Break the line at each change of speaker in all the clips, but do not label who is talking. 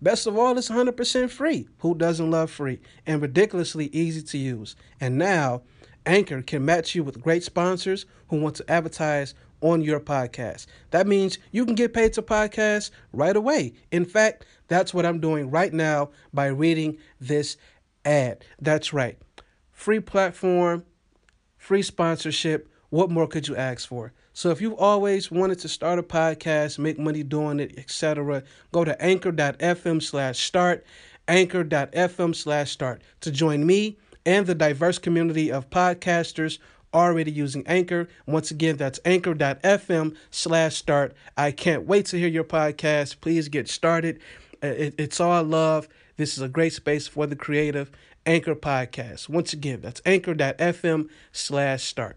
Best of all, it's 100% free. Who doesn't love free? And ridiculously easy to use. And now, Anchor can match you with great sponsors who want to advertise on your podcast. That means you can get paid to podcast right away. In fact, that's what I'm doing right now by reading this ad. That's right. Free platform, free sponsorship. What more could you ask for? So if you've always wanted to start a podcast, make money doing it, etc., go to anchor.fm slash start, anchor.fm slash start to join me and the diverse community of podcasters already using Anchor. Once again, that's anchor.fm slash start. I can't wait to hear your podcast. Please get started. Uh, It- It's all I love. This is a great space for the creative Anchor podcast. Once again, that's anchor.fm slash start.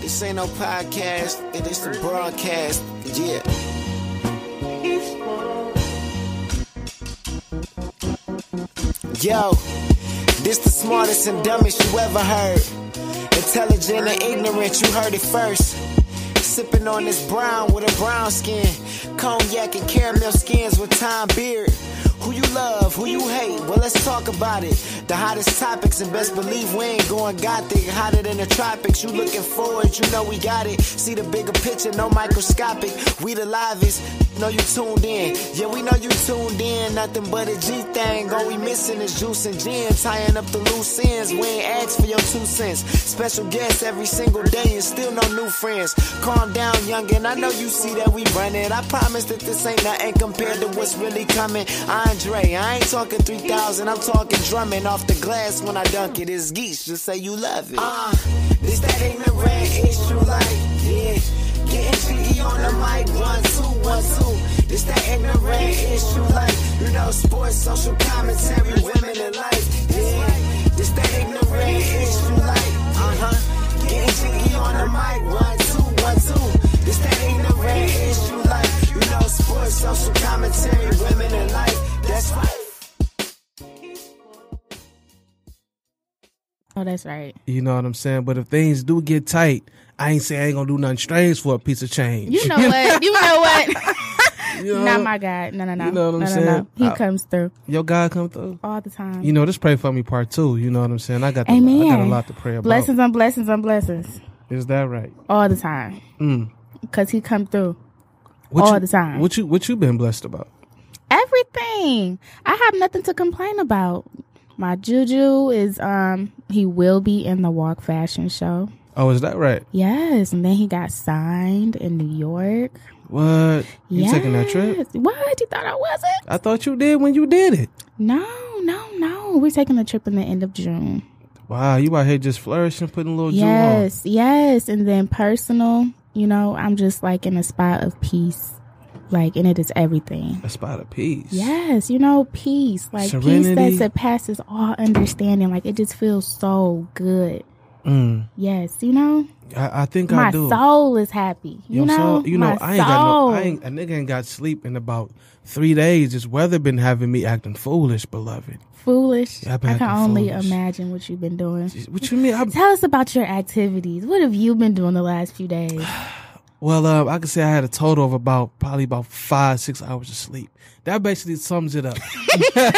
This ain't no podcast, it is a broadcast. Yeah. Yo, this the smartest and dumbest you ever heard. Intelligent and ignorant, you heard it first. Sipping on this brown with a brown skin. Cognac and caramel skins with Tom Beard. Who you love, who you hate, well let's talk about it. The hottest topics and best believe we ain't going gothic. Hotter than the tropics, you looking forward, you know we got it. See the bigger picture, no microscopic. We the livest, know you tuned in. Yeah, we know you tuned in, nothing but a G thing. All we missing is juice and gin, tying up the loose ends. We ain't asked for your two cents. Special guests every single day and still no new friends. Calm down, youngin', I know you see that we running. I promise that this ain't nothing compared to what's really coming. Andre, I ain't talking 3,000, I'm talking drumming off the glass when I dunk it. It's geese, just say you love it. Uh, it's that ignorant, it's true life, yeah. Getting GE on the mic, one, two, one, two. This that ignorant issue, like, you know, sports, social commentary, women in life. Yeah, this that ignorant issue, like, uh huh. Getting GE on the mic, one, two, one, two. This that ignorant issue, like, you know, sports, social commentary, women in life. That's right.
Oh, that's right.
You know what I'm saying? But if things do get tight, I ain't saying I ain't gonna do nothing strange for a piece of change.
You know what? You know what?
You know?
Not my God. No, no, no.
You know what I'm
no,
saying?
No, no. He
I-
comes through
Your God come through.
all the time.
You know, this pray for me part two. You know what I'm saying? I got the,
Amen.
I got a lot to pray about.
blessings on blessings on blessings
Is that right?
all the time.
Mm.
Cause he come through
What
All
you-
the time.
What you what you been blessed about?
everything. I have nothing to complain about. My juju is um he will be in the Walk Fashion Show.
Oh, is that right?
Yes, and then he got signed in New York.
What? You
yes.
taking that trip?
What? You thought I wasn't?
I thought you did when you did it.
No, no, no. We're taking a trip in the end of June.
Wow, you out here just flourishing, putting a little juice
Yes, yes. And then personal, you know, I'm just like in a spot of peace. Like, and it is everything.
on. A spot of peace.
Yes, you know, peace. Like,
Serenity.
peace that surpasses all understanding. Like, it just feels so good.
Mm,
Yes, you know,
I, I think
my
I do.
soul is happy. You
Your
know,
soul- you know,
my
I ain't got no, I
soul.
ain't, a nigga ain't got sleep in about three days. This weather been having me acting foolish, beloved.
foolish.
Yeah,
I
I've been
can
acting
only
foolish.
imagine what you've been doing.
What you mean? I,
Tell us about your activities. What have you been doing the last few days?
well, uh, I could say I had a total of about probably about five, six hours of sleep. That basically sums it up.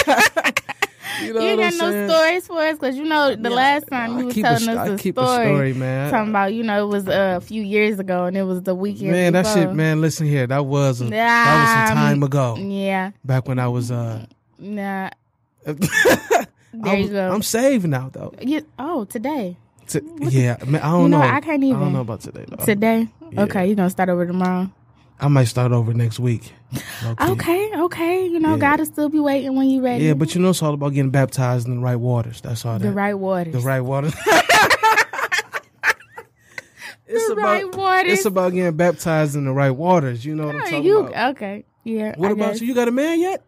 you know
You ain't
what
got
I'm
no
saying?
stories for us because you know the last time
I
you was
keep a
telling
st-
us
I
a,
keep a
story,
story, man.
talking about you know it was uh, a few years ago and it was the weekend.
Man, that
before.
shit, man. Listen here, that was a, that was some
Um,
time ago.
Yeah,
Back when I was uh
Nah. There
I
you
was-
go.
I'm saved now though.
You, oh, today.
T- yeah, man, I don't
You know,
know.
I can't
I
even.
don't know about today though.
Today? Okay, you going to start over tomorrow.
I might start over next week. Low-key.
Okay, okay. You know, God will still be waiting when you ready.
Yeah, but you know it's all about getting baptized in the right waters. That's all.
the
that.
right waters.
The right waters. it's
The right waters.
It's about getting baptized in the right waters. You know what I'm
Hey,
talking
you
about.
okay? Yeah.
What
I
about
guess.
you? You got a man yet?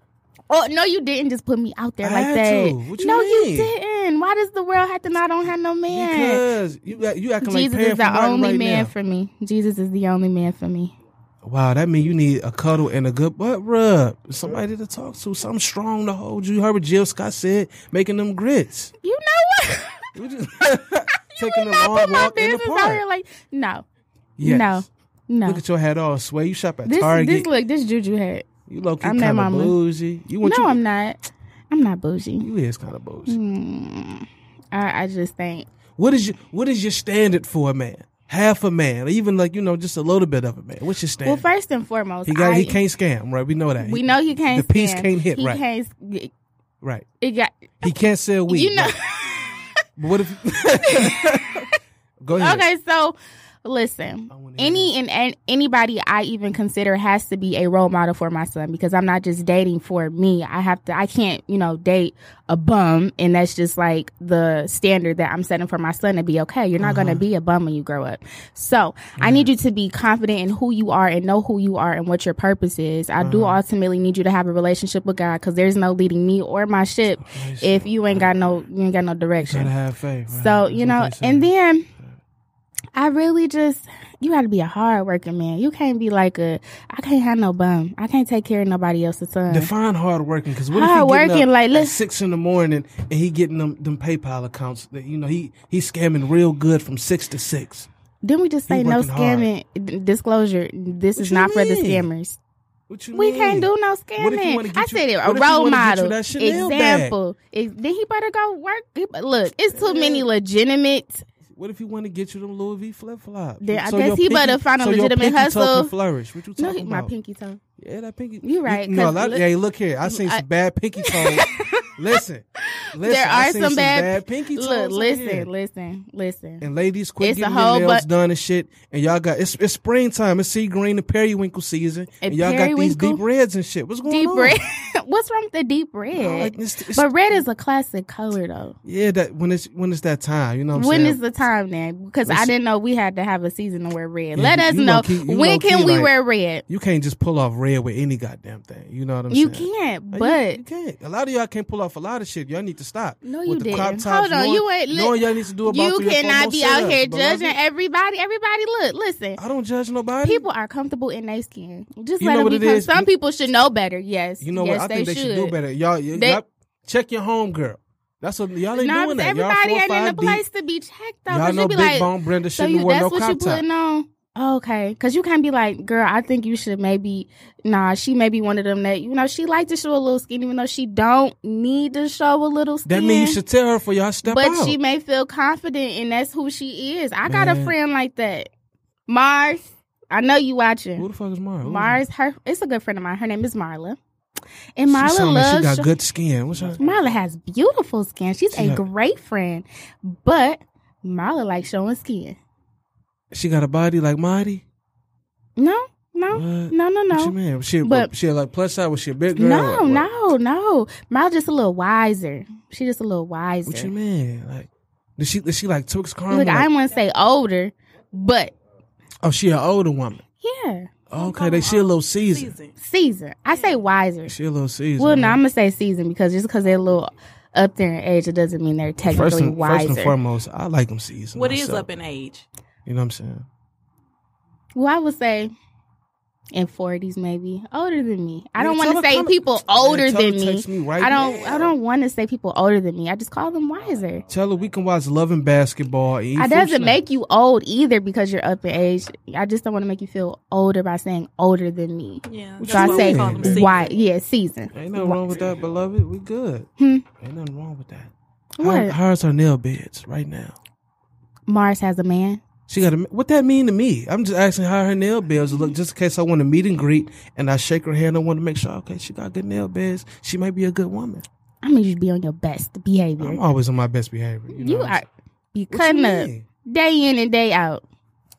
Oh no, you didn't just put me out there
I
like
had
that.
to. What you
no,
mean?
you didn't. Why does the world have to know I don't have no man?
Because you got you acting
Jesus
like
is the only man
now.
for me. Jesus is the only man for me.
Wow, that mean you need a cuddle and a good butt rub, somebody to talk to, something strong to hold you. Heard what Jill Scott said, making them grits,
You know what?
We just-
you
taking
would
a
not
long
put my
walk in the
business out here
park.
like no,
Yes.
no, no.
Look at your head all sway. You shop at
this
Target.
this look this juju hat.
you low key
I'm that
kind of
mama.
bougie. You want
No,
you,
I'm Mm. not. I'm not bougie.
you is kind of bougie.
I, I just think
What is your What is your standard for a man? Half a man, or even like you know, just a little bit of a man. What's your
well,
standard?
first and foremost,
he got.
I,
he can't scam, right? We know that.
We
He-
know you can't.
The piece
stand.
can't hit
He
right.
can't s-
right.
It got
He can't sell weed.
you know.
right. But what if? Go ahead.
Okay, so listen, any and, and anybody I even consider has to be a role model for my son because I'm not just dating for me. I have to. I can't, you know, date a bum, and that's just like the standard that I'm setting for my son to be okay. You're not going
Uh-huh.
to be a bum when you grow up. So I need you to be confident in who you are and know who you are and what your purpose is. I do
Uh-huh.
ultimately need you to have a relationship with God because there's no leading me or my ship if you ain't got no you ain't got no direction.
Gotta have faith. right?
So,
That's
you
what
know,
they say.
and then I really just you gotta be a hard working man. You can't be like a I can't have no bum. I can't take care of nobody else's son.
define hard working because what if he
Hard
getting
working,
up
like,
at
let's-
six in the morning and he getting them them PayPal accounts that you know he he's scamming real good from six to six.
Didn't we just
He
say no
working hard.
scamming D- disclosure? This is
you
not for the
mean?
scammers.
What you
We
mean?
can't do no
What if he
scamming.
wanna get
I
you-
said it.
what
A
if he wanna
role
get you
model
that Chanel bag?
example. Ex- Then he better go work. He- Look, it's too many legitimate.
What if he want to get you them Louis V flip flops?
Then I guess he better find a
so your
legitimate
pinky toe can
hustle.
flourish. What you
No,
talking
he- my
about?
pinky toe.
Yeah, that pinky.
You right,
no,
'cause
a lot,
look-
hey, look here. I seen some
I-
bad pinky toes. listen, listen.
there
I
are
seen
some bad,
pinky toes.
Look,
out here.
listen, listen, listen.
And ladies, quit
It's a
getting your
whole
nails
bu-
done and shit. And y'all got it's it's springtime. It's sea green and periwinkle season. And,
And
y'all got these
periwinkle?
deep reds and shit. What's going
deep
on?
red. What's wrong with the deep red?
like, it's- it's-
but red is a classic color though.
Yeah, that when it's when it's that time. You know what I'm
When
saying?
is the time then? Because I
Listen-
didn't know we had to have a season to wear red.
Yeah,
Let
you-
us
you
know
low-key- you
when
low-key
can we
like-
wear red.
you can't just pull off red with any goddamn thing. You know what I'm
You
saying?
can't,
You-
but
you can't. A lot of y'all can't pull off a lot of shit. Y'all need to stop.
No,
With
you
the
didn't.
crop tops,
Hold on,
knowing-
you ain't- look,
knowing y'all need to do about
you
three or four
cannot
more
be out
sit-ups,
here
beloved.
judging everybody. Everybody, look, listen.
I don't judge nobody.
People are comfortable in their skin. Just
You
let
know
them
what it
become.
is?
Some
You-
people should know better. Yes,
you know
yes,
what? I think they should. do better. Y'all, y-
They-
y'all check your home girl. That's what y'all ain't
No,
doing that. Y'all
everybody
four,
ain't in
five
the
deep.
place to be checked though.
Y'all
'cause
know
you be
Big
like,
Bone Brenda
so
shouldn't
you,
have worn
that's
no
what you
crop top.
putting on. Oh, Okay, because you can't be like, girl, I think you should maybe. Nah, she may be one of them that you know she like to show a little skin, even though she don't need to show a little skin.
That means you should tell her for y'all step
but
out.
she may feel confident, and that's who she is. I got a
Man.
friend like that, Mars. I know you watching.
Who the fuck is Mara? Who-
Mars, her it's a good friend of mine. Her name is Marla, and
She
Marla
sound like
loves.
She got
sho-
good skin. What's her?
Marla has beautiful skin. She's
She
a
got-
great friend, but Marla likes showing skin.
She got a body like Marty.
No, no,
What?
no, no,
What you
no.
mean? She,
But-
she like plus size. Was she a big girl?
No,
Like, what-
no, no. Marla just a little wiser. She just a little
What, you
wiser.
mean? Like, did she? Did she like Twix Carmen?
Look, I
Like-
didn't want to say older, but
oh, she an older woman.
yeah,
Okay, they she a little seasoned.
season. I say wiser.
She a little seasoned.
Well, no, I'm gonna say season because just because they're a little up there in age, it doesn't mean they're technically
First and,
wiser.
first and foremost, I like them seasoned.
What is
myself.
up in age?
You know what I'm saying?
Well, I would say in forties, maybe older than me. I don't
Yeah,
want
tell
to
her
say
come-
people
Man,
older
tell her
than me.
text me right
I don't.
now.
I don't want to say people older than me. I just call them wiser.
Tell her we can watch Love and Basketball. and eat
It
fruit
doesn't
snacks.
make you old either because you're up in age. I just don't want to make you feel older by saying older than me.
Yeah,
So I
why we
say
call them season.
why? Yeah, season.
Ain't nothing wrong with that, beloved. We good. Ain't nothing wrong with that. How-
Hmm. What?
how's our nail beds right now?
Mars has a man.
She got a, what that mean to me? I'm just asking how her nail beds look, just in case I want to meet and greet, and I shake her hand. I want to make sure, okay, she got good nail beds. She might be a good woman.
I'm gonna just be on your best behavior.
I'm always on my best behavior. You, know
you
what I'm
are
saying?
be
What you
cutting up
mean?
day in and day out.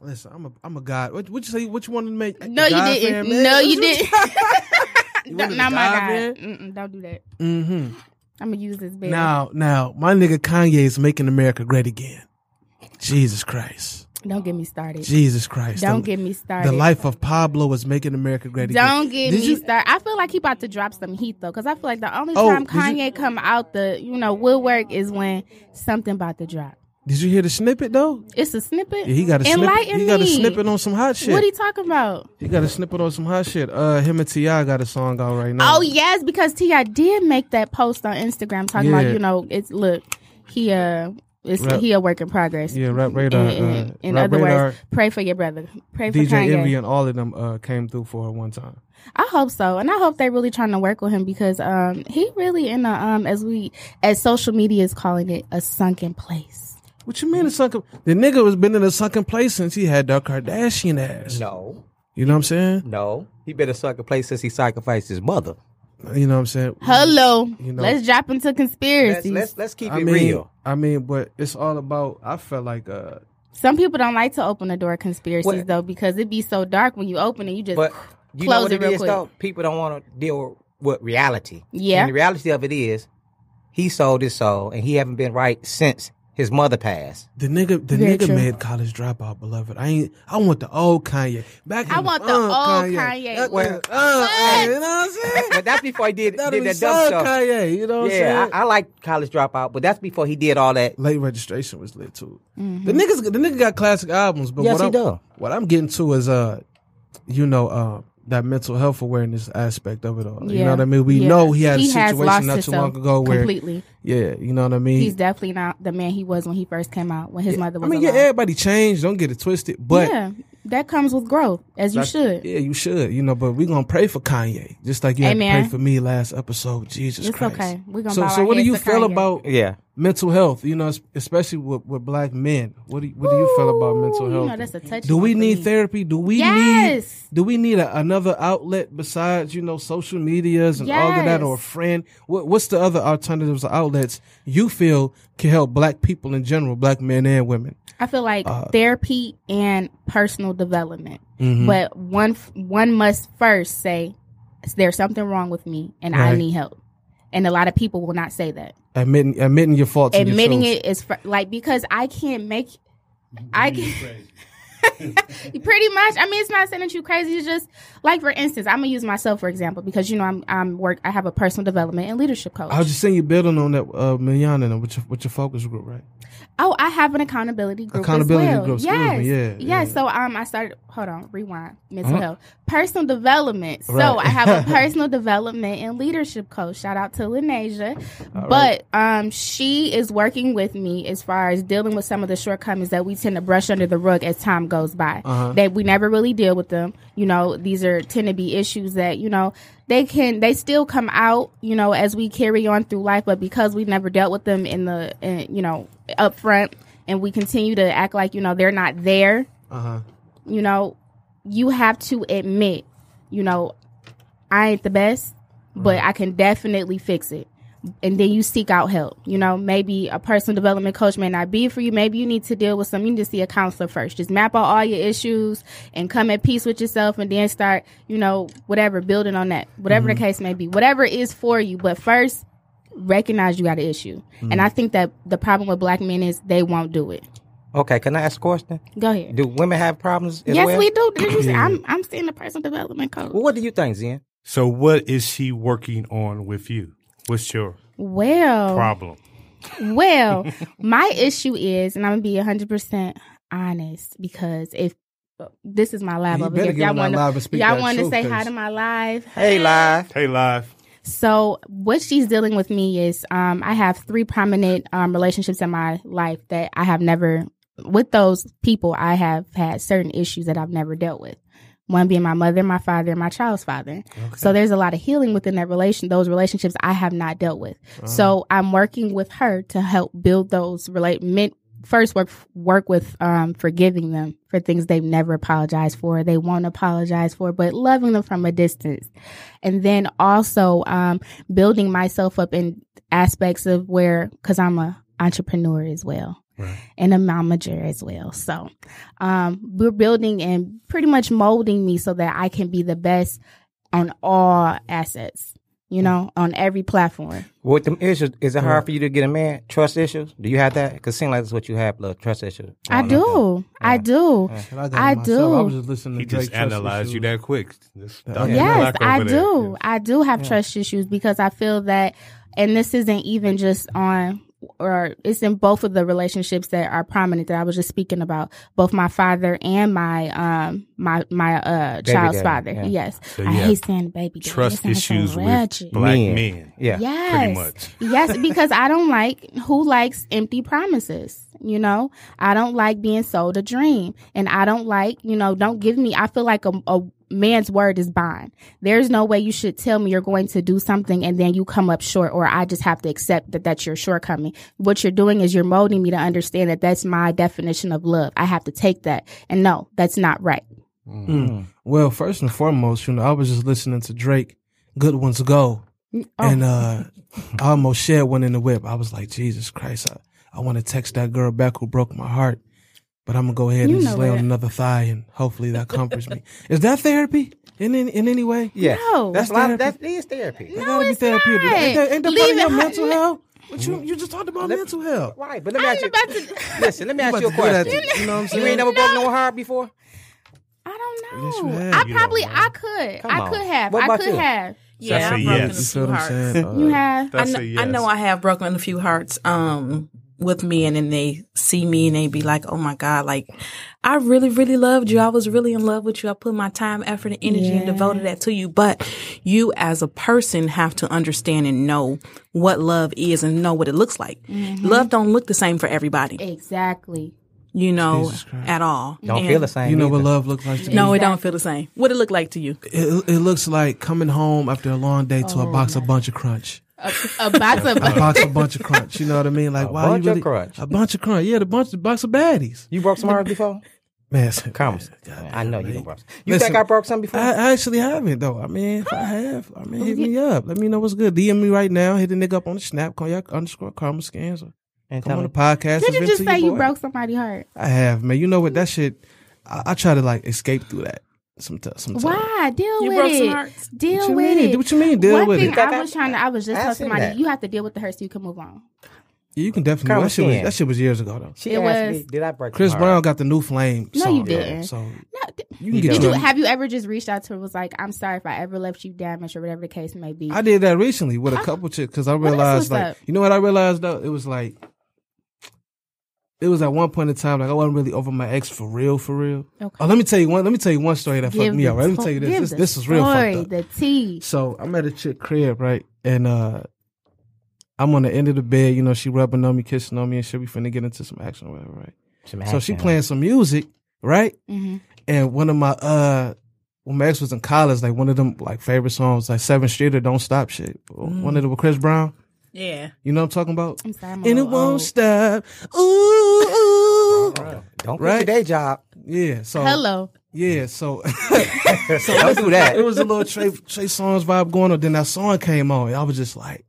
Listen, I'm a I'm a god. What what you say? What you wanted to make? a
No, you
god
didn't.
fan, man?
No,
What
you didn't.
You
No,
wanted a
not my
god
guy.
fan?
Mm-mm, don't do that.
Mm-hmm.
I'm gonna use this bed.
Now, now, my nigga Kanye is making America great again. Jesus Christ.
Don't get me started.
Jesus Christ.
Don't
the,
get me started.
the life of Pablo is making America great again.
Don't get
Did
me
you-
started. I feel like he about to drop some heat though, because I feel like the only
Oh,
time
did you-
Kanye come out the you know woodwork is when something about to drop.
Did you hear the snippet though?
It's a snippet.
Yeah, he got a snippet.
Enlighten
He got a
me.
snippet on some hot shit.
What he talking about?
he got a snippet on some hot shit. Uh, him and Ti got a song out right now.
Oh yes, because Ti did make that post on Instagram talking
Yeah.
about you know it's look he uh it's
Right.
he a work in progress.
yeah, rap radar.
In,
Uh,
in, in
Rap
other
radar,
words, pray for your brother. Pray for
DJ
Kanye.
Envy and all of them uh came through for her one time.
I hope so, and I hope they're really trying to work with him because um, he really in a um, as we as social media is calling it a sunken place.
What you mean a sunken? The nigga was been in a sunken place since he had that Kardashian ass.
No,
You know what I'm saying?
no. He been a sucker place since he sacrificed his mother.
You know what I'm saying?
Hello,
know-
let's drop into
Let's
conspiracies.
let's, let's keep
I
it
mean,
real.
I mean, but it's all about. I felt like uh,
Some people don't like to open the door of conspiracies
What-
though because it be so dark when you open it. You just
But you
Close
know what
it
it
real
is,
quick.
though. People don't want to deal with, with reality.
Yeah.
And the reality of it is, he sold his soul, and he haven't been right since his mother passed.
the nigga, the
Very
nigga
true.
made college dropout, beloved. I ain't. I want the old Kanye. Back. in
I want the
funk
old Kanye.
That-
Well-
uh, uh, you know what I'm saying?
but that's before he did,
That
did
was
that dumb
son
stuff.
Kanye. You know what I'm
Yeah,
saying?
I, I like college dropout, but that's before he did all that.
Late registration was lit too.
Mm-hmm.
The niggas, the nigga got classic albums, but
Yes,
what
he
I'm,
do.
what I'm getting to is uh, you know uh. That mental health awareness aspect of it all. You know
Yeah.
what I mean? We
Yeah.
know he had a
has
situation
lost
not too
himself
long ago where,
completely.
yeah, you know what I mean?
He's definitely not the man he was when he first came out when his mother was
I mean,
alive.
yeah, everybody changed. Don't get it twisted, but
yeah, that comes with growth, as you should.
yeah, you should, you know. But we gonna pray for Kanye, just like you had to
Amen.
pray for me last episode. Jesus
It's
Christ.
okay. We're gonna
So,
bow
so
our
what do
heads
you
to
feel
Kanye.
about
Yeah.
mental health? You know, es- especially with, with black men. What do you, what do you feel about mental
Ooh,
health?
You know, that's a touchy
do
one
we
for
need
me.
therapy? Do we
Yes.
need do we need a, another outlet besides you know social medias and all of that,
Yes.
or a friend? What, what's the other alternatives or outlets you feel can help black people in general, black men and women?
I feel like
Uh,
therapy and personal development,
Mm-hmm.
but one f- one must first say there's something wrong with me and I
Right.
need help. And a lot of people will not say that.
Admitting admitting your faults, and your
Admitting
truths.
it is fr- like because I can't make. I can. pretty much. I mean, it's not saying that you crazy. It's just like for instance, I'm gonna use myself for example because you know I'm I'm work. I have a personal development and leadership coach.
I was just saying you're building on that uh, Miana and with your, with your focus group, right?
Oh, I have an accountability group.
Accountability
as well.
group, excuse
Yes.
me, yeah, yeah.
Yes. So um, I started. Hold on. Rewind. Mental health, personal development. So
Right.
I have a personal development and leadership coach. Shout out to Linasia. But um, she is working with me as far as dealing with some of the shortcomings that we tend to brush under the rug as time goes by. That we never really deal with them. You know, these are tend to be issues that you know they can they still come out. You know, as we carry on through life, but because we never dealt with them in the in, you know up front, and we continue to act like you know they're not there.
Uh huh.
You know, you have to admit. You know, I ain't the best, but I can definitely fix it. And then you seek out help. You know, maybe a personal development coach may not be for you. Maybe you need to deal with some. You need to see a counselor first. Just map out all your issues and come at peace with yourself, and then start, you know, whatever building on that, whatever the case may be, whatever is for you. But first, recognize you got an issue. And I think that the problem with black men is they won't do it.
Okay, can I ask a question?
Go ahead.
Do women have problems as
yes,
well?
we do. Did you see? I'm I'm seeing a personal development coach.
Well, what do you think, Zen?
So what is she working on with you? What's your
Well,
problem?
Well, my issue is, and I'm gonna be 100 percent honest because if this is my live
You
over
better
here,
get
y'all
on that
want
live and
to
speak
y'all
that
want to
truth,
say hi
'cause-
to my live.
Hey, live.
Hey, live.
So what she's dealing with me is, um, I have three prominent um, relationships in my life that I have never. With those people, I have had certain issues that I've never dealt with. One being my mother, my father, and my child's father. So there's a lot of healing within that relation, those relationships I have not dealt with. So I'm working with her to help build those relate men, first work work with um, forgiving them for things they've never apologized for, they won't apologize for, but loving them from a distance, and then also um, building myself up in aspects of where because I'm a entrepreneur as well. And a momager as well. So, um, we're building and pretty much molding me so that I can be the best on all assets, you know, on every platform.
With them issues, is it hard for you to get a man? Trust issues? Do you have that? Because it seems like that's what you have, little trust issues.
I
don't know.
do. I do.
And I, got
I
it myself. I
do.
was just listening
He
to Drake.
just
Trust
analyzed you
Issues.
that quick. This Dr.
Yes,
Black
I
over there.
do. I do have trust issues because I feel that, and this isn't even just on, or it's in both of the relationships that are prominent that I was just speaking about. Both my father and my um my my uh child's father.
daddy, yeah.
Yes,
you
I
have
hate saying baby. daddy.
Trust
It sounds so
issues with
ratchet.
black
Men.
men.
Yeah.
yes.
pretty much.
yes, because I don't like who likes empty promises. You know, I don't like being sold a dream, and I don't like you know. Don't give me. I feel like a, a man's word is bond. There's no way you should tell me you're going to do something and then you come up short, or I just have to accept that that's your shortcoming. What you're doing is you're molding me to understand that that's my definition of love. I have to take that, and no, that's not right.
Mm. Well, first and foremost, you know, I was just listening to Drake. Good ones go,
Mm, oh.
and uh, I almost shed one in the whip. I was like, Jesus Christ, I, I want to text that girl back who broke my heart, but I'm gonna go ahead
You
and just
know
lay on
that.
another thigh, and hopefully that comforts me. Is that therapy in in, in any way?
Yeah.
No.
That's a lot of, that is therapy.
That gotta be
it's
therapeutic.
not.
Ain't that, ain't that part
Leave
of
it
your
hot-
mental health? What you you just talked about mental health.
Right, but let me
I'm
ask you.
about to-
listen, let me ask
about
you a
to do that,
question.
you know what I'm
You ain't
saying?
never broke no heart before.
I
Yes,
don't
you
know.
have.
I
You
probably I could
Come
I
on.
could have
What
I
about
could
you?
have
That's
Yeah,
a
I've broken
yes.
in
You
a
see
few
what I'm
hearts.
saying? Uh,
you have
I
That's
kn-
a
I
yes.
know I have broken a few hearts um, with men, and they see me and they be like, "Oh my god! Like, I really, really loved you. I was really in love with you. I put my time, effort, and energy, and devoted that to you. But you, as a person, have to understand and know what love is and know what it looks like. Love don't look the same for everybody,
exactly.
you know, at all.
Don't
And-
feel the same.
You know what
either.
love looks like to me.
No, it don't feel the same. What it look like to you?
It, it looks like coming home after a long day to
Oh,
a box of bunch of crunch.
A, a box of
A box of bunch of crunch. You know what I mean? Like, wow,
bunch
you
of
really,
crunch.
A bunch of crunch. Yeah, the bunch, the box of baddies.
You broke some hearts before?
Man,
Comes. I know you done broke. some. You
Listen,
think I broke some before?
I, I actually haven't though. I mean, if I have, I mean, hit me up. Let me know what's good. DM me right now. Hit the nigga up on the snap. Call y'all underscore karma scans. Or
and
come
tell
on the
me.
podcast.
Did
and
you
vent
just
to
say
your
you
boy.
broke somebody's heart?
I have, man. You know what? That shit. I, I try to like escape through that sometimes. sometimes.
Why deal
You
with
broke
it?
some hearts.
Deal
What you
with
mean?
it.
What you mean, deal
One
with
thing
it?
I was trying to. I was just
I
telling
said
somebody
that.
you have to deal with the hurt so you can move on.
Yeah, you can definitely.
Karma
that, shit was,
scan.
that shit was years ago though.
She
It
asked
was-
me, did I break
Chris
some
Brown
hearts?
got the new flame.
No,
song,
you
though,
didn't.
So
No, th-
you can
He
get
does.
your.
do- have you ever just reached out to her was like, I'm sorry if I ever left you damaged or whatever the case may be.
I did that recently with a couple chicks because I
else
realized
was
like
that?
you know what I realized though it was like it was at one point in time like I wasn't really over my ex for real for real.
Okay.
Oh, let me tell you one. Let me tell you one story that fucked me
the
up. Right? Let me
to-
tell you
give
this. This,
the
this is real
story,
fucked up.
The tea.
So I'm at a chick crib right, and uh I'm on the end of the bed. You know she rubbing on me, kissing on me, and shit. We finna get into some action or whatever. Right.
Some
So she
action.
playing some music, right?
Mhm.
And one of my uh when Max was in college, like one of them like favorite songs, like Seventh Street or Don't Stop shit.
Mm.
One of them with Chris Brown.
Yeah,
You know what I'm talking about?
I'm sorry, I'm a
and it
little
won't
old.
stop. Ooh, ooh.
Don't
Right?
quit your day job.
Yeah. So
Hello.
yeah. So
Don't do that.
it was a little Trey, Trey Songz vibe going on. Then that song came on. I was just like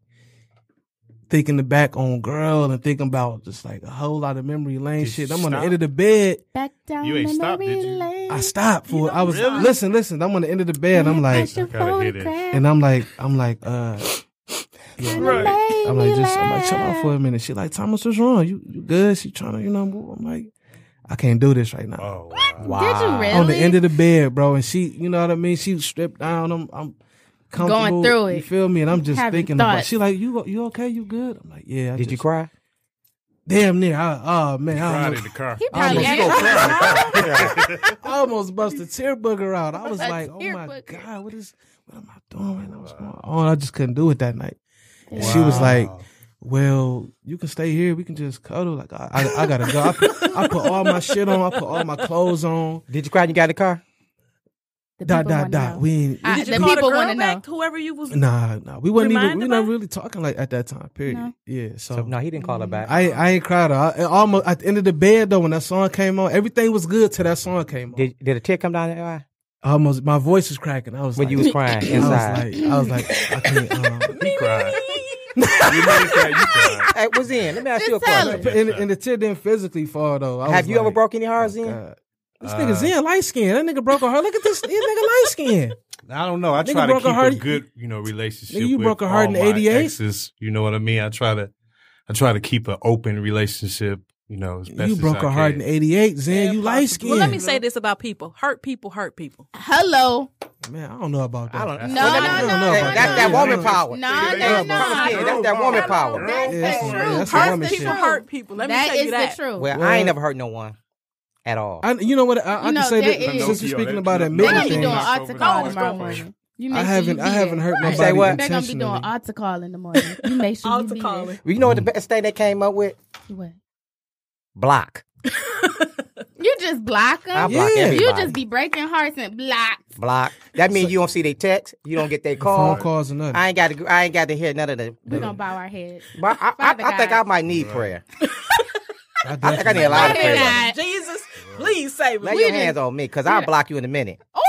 thinking the back on girl and thinking about just like a whole lot of memory lane
Did
shit.
you
I'm on the
stop?
end of the bed.
Back down
You ain't stopped,
memory
did you?
lane.
I stopped for I was listen, listen. I'm on the end of the bed. I'm like,
That's your
gotta hit it.
photograph.
and I'm like, I'm like, uh,
And it made
I'm like,
me
just I'm like, chill
laugh.
out for a minute. She like, Thomas, what's wrong? You you good? She trying to, you know, move. I'm like, I can't do this right now.
Oh, wow.
Did you really?
On the end of the bed, bro, and she, you know what I mean. She stripped down. I'm, I'm comfortable.
Going through it.
You feel me? And I'm just
Having
thinking about.
thoughts.
She like, you you okay? You good? I'm like, yeah. I
Did you
just-
cry?
Damn near. I, oh man, I
Ride
almost,
in the car.
He probably
almost-
actually-
I almost bust a tear booger out. I was
A
like, oh
tear
my
booger.
god, what is what am I doing right now? What's going on? I just couldn't do it that night. And she was like, well, you can stay here. We can just cuddle. Like I, I, I gotta go. I put, I put all my shit on. I put all my clothes on.
Did you cry when you got in the car?
The
Dot
people
dot
wanna
dot.
know.
We ain't.
I-
Did you
the
call
people
the
wanna
girl
know.
back? Whoever you was.
Nah, nah. We wasn't even.
Remind
We
them
not
of-
really talking like at that time. Period.
No.
Yeah. So,
So no, he didn't call her back.
I I ain't cried. I, I almost at the end of the bed though when that song came on, everything was good till that song came on.
did did a tear come down your eye
almost my voice was cracking. I was
when
like,
you was crying
I was
inside?
like, I was like, I can't. Um,
He cried. you made it cry, you cried.
hey, what's in? Let me ask
Just
you a
tell
question.
her.
and, and the tear didn't physically fall though. I was
Have you ever
like,
broken your heart,
oh,
in?
God. This nigga Zen light skin. That nigga broke a heart. Look at this. This nigga light skin.
I don't know. I
Nigga
try to
broke a
keep a,
heart-
good, you know, relationship.
Nigga, you
with
broke a heart
all
in
my
88?
exes, You know what I mean? I try to, I try to keep an open relationship. You know, as best
You
as
broke
I
a heart
can.
in '88. Zen, you light skin.
Well, let me say this about people: hurt people, hurt people.
Hello.
Man, I don't know about that.
I don't
No,
No, no,
Well, that-
no,
no,
that-
no,
That's
no,
that
no.
woman
No,
power.
no,
Yeah,
no.
that's that woman power.
That's
That's
the
the-
truth.
that's the
That's
woman
the
shit.
truth.
Hurt people. Let me
That
tell you
is
that.
the truth.
Well,
Well-
I ain't never hurt no one at all.
I, you know what? I, I
You
can
know,
say
that
that,
is-
since we're
Yo,
speaking
that-
about that
They
middle
gonna be
thing,
doing
Right.
altar call tomorrow morning. You make
I
sure
haven't,
you
I
be
haven't
there.
hurt
Right.
nobody
Say what?
They're gonna be doing
intentionally.
altar call in the morning. You make sure
Altar
you be
calling.
there.
You know what the best thing they came up with?
You what?
Block.
You just block
I
them.
block
Yeah.
everybody.
You just be breaking hearts and block.
block. That means you don't see their text. You don't get their call.
Phone calls and nothing.
I ain't got to. I ain't got to hear none of the.
We're gonna bow our heads.
But I, I,
Father
I think
God.
I might need prayer.
I
I think I need a
definitely-
lot of
Father
prayer.
God.
Jesus, please save
Lay
me.
your hands on me, cause I'll block you in a minute.
Oh,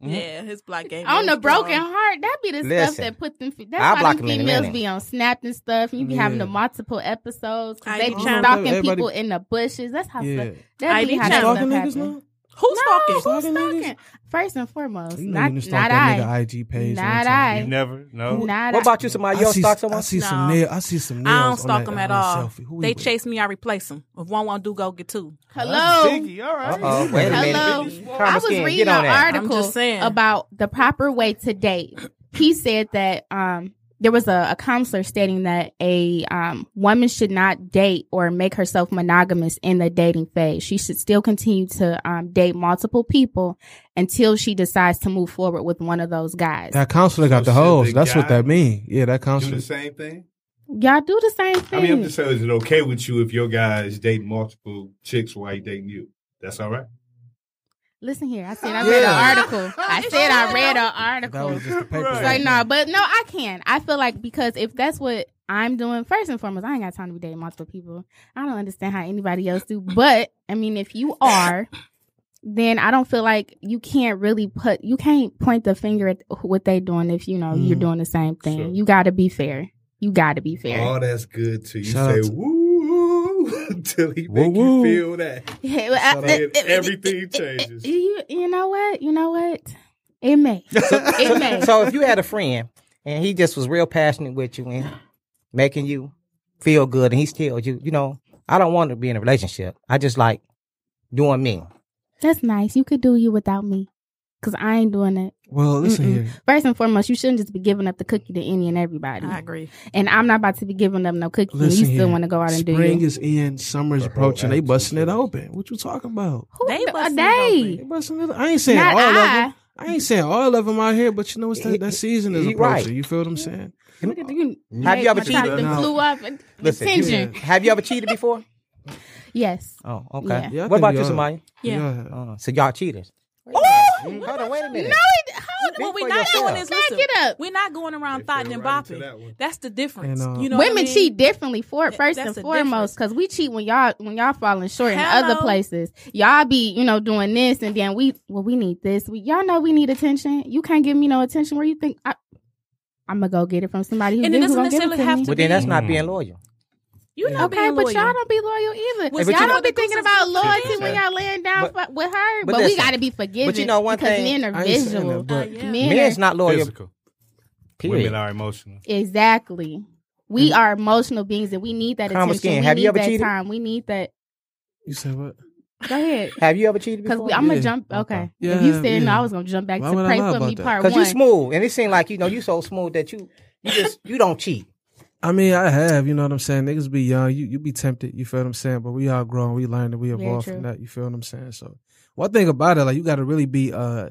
Yeah, his black game.
on
is
the broken
strong.
heart. That be the stuff
Listen,
that put them. That's
I'll
why
block
them
'em in a
females
minute.
be on Snap and stuff. And you be having the multiple episodes because
I
they
be
be
trying to-
stalking
Everybody-
people in the bushes. That's how.
Yeah.
Stuff, that
I
be
be
how
You
that
trying to-
stalking
stuff
niggas
happen.
now?
Who's
No,
talking?
who's
Stalking niggas?
stalking? First and foremost,
You know
not
you done stalked
not
that nigga
I,
IG page. one
not
time.
I,
You never know.
not
What
I.
about you? Somebody
I
else
see,
stalk someone?
I see
No.
some nails. I see some nails.
I don't stalk
on
them
that,
at
on that
all.
selfie. Who we
They
with?
chase me, I replace them. If one won't do, go get two.
Hello.
Biggie, all right.
Uh-oh, wait a minute.
Hello. I
Karma
was
skin,
reading
get on
an
that.
I'm
article
just saying.
about the proper way to date. He said that um, there was a, a counselor stating that a um, woman should not date or make herself monogamous in the dating phase. She should still continue to um, date multiple people until she decides to move forward with one of those guys.
That counselor got
So
the
should
hoes.
the
That's what
guy
that mean. Yeah, that
Do
counselor.
the same thing.
Y'all do the same
I
thing.
mean, I'm just saying, is it okay with you if your guy is dating multiple chicks while he dating you? That's all right.
Listen here, I said I read an article. I said I read an article.
That was just the paper.
So no, but no, I can. I feel like because if that's what I'm doing, first and foremost, I ain't got time to be dating multiple people. I don't understand how anybody else do. But I mean, if you are, then I don't feel like you can't really put you can't point the finger at what they doing if you know you're
Mhm.
doing the same thing.
Mm-hmm. Sure.
You got to be fair. You got to be fair.
All that's good till you
Shout out
say
to-
woo until he
Woo,
make
woo.
you feel that.
Yeah, well,
Shut
I-
up.
it- it-
Everything
it- it-
changes.
You you know what? You know what? It may. it may.
So if you had a friend and he just was real passionate with you and making you feel good, and he still you, you know, I don't want to be in a relationship. I just like doing me.
That's nice. You could do you without me. Cause I ain't doing it.
Well, listen
Mm-mm.
here.
First and foremost, you shouldn't just be giving up the cookie to any and everybody.
I agree.
And I'm not about to be giving up no cookie. and you
Listen
still
here.
want to go out and
Spring
do it.
is in. Summer's
Her whole
approaching. They
attitude
busting it
changes.
open. What you talking about?
Who
They
the- a
busting it
day?
They busting it. I ain't saying
Not
all of
I.
them. I ain't saying all of them out here, but you know it's that, that season is
You right.
approaching. You feel what I'm saying?
Look at you.
Have you ever
My top
cheated?
done
No.
flew up. and-
Listen, you-
Attention.
have you ever cheated before?
Yes.
Oh,
Yeah.
okay.
Yeah, I
what
think
about
we
you,
are.
Samaya?
Yeah.
Uh, so y'all cheaters. Hold on, wait a minute.
No, it, hold
Speak
What we're
for
not
yourself.
doing is
Back
listen.
it up.
We're not going around
They
thotting
fell
and
right into
bopping.
that one.
That's the difference.
And, uh,
you know,
Women
what I mean?
cheat differently for
Th-
first
that's
and
the
foremost because we cheat when y'all when y'all falling short in other
Hello.
places. Y'all be you know doing this and then we well we need this. We y'all know we need attention. You can't give me no attention where you think I, I'm gonna go get it from somebody who
And it
then who
doesn't
gonna give it
necessarily
to
have
me.
to
But then that's not
Mm.
being loyal.
You know,
Okay,
being
but
loyal.
y'all don't be loyal either.
Well,
y'all
but you
don't
know-
be thinking about loyalty when
Yeah.
y'all laying down
But-
fu- with her. But,
but
we
listen.
got to be forgiving.
But you know one
because
thing-
men are
I ain't saying
visual.
that, but
Uh, yeah.
Men,
Men's
are,
not loyal.
Physical.
Period.
Oh, Women are emotional.
exactly. We are emotional beings and we need that
Mm-hmm. Karma
attention.
skin,
we
have
need
you ever
that
cheated?
time. We need that.
you said what?
Go ahead.
Have you ever cheated
Because
before?
I'm gonna
Yeah.
jump. Okay.
Yeah,
if you said no,
yeah.
I was gonna jump back
Why
to
would I
pray
lie
for me
about that?
part
Because you
one.
smooth, and it seemed like you know you so smooth that you you just you don't cheat.
I mean, I have. You know what I'm saying? Niggas be young. You you be tempted. You feel what I'm saying? But we all grown. We learned and we
Very
evolved
true.
from that. You feel what I'm saying? So one thing about it, like you got to really be uh,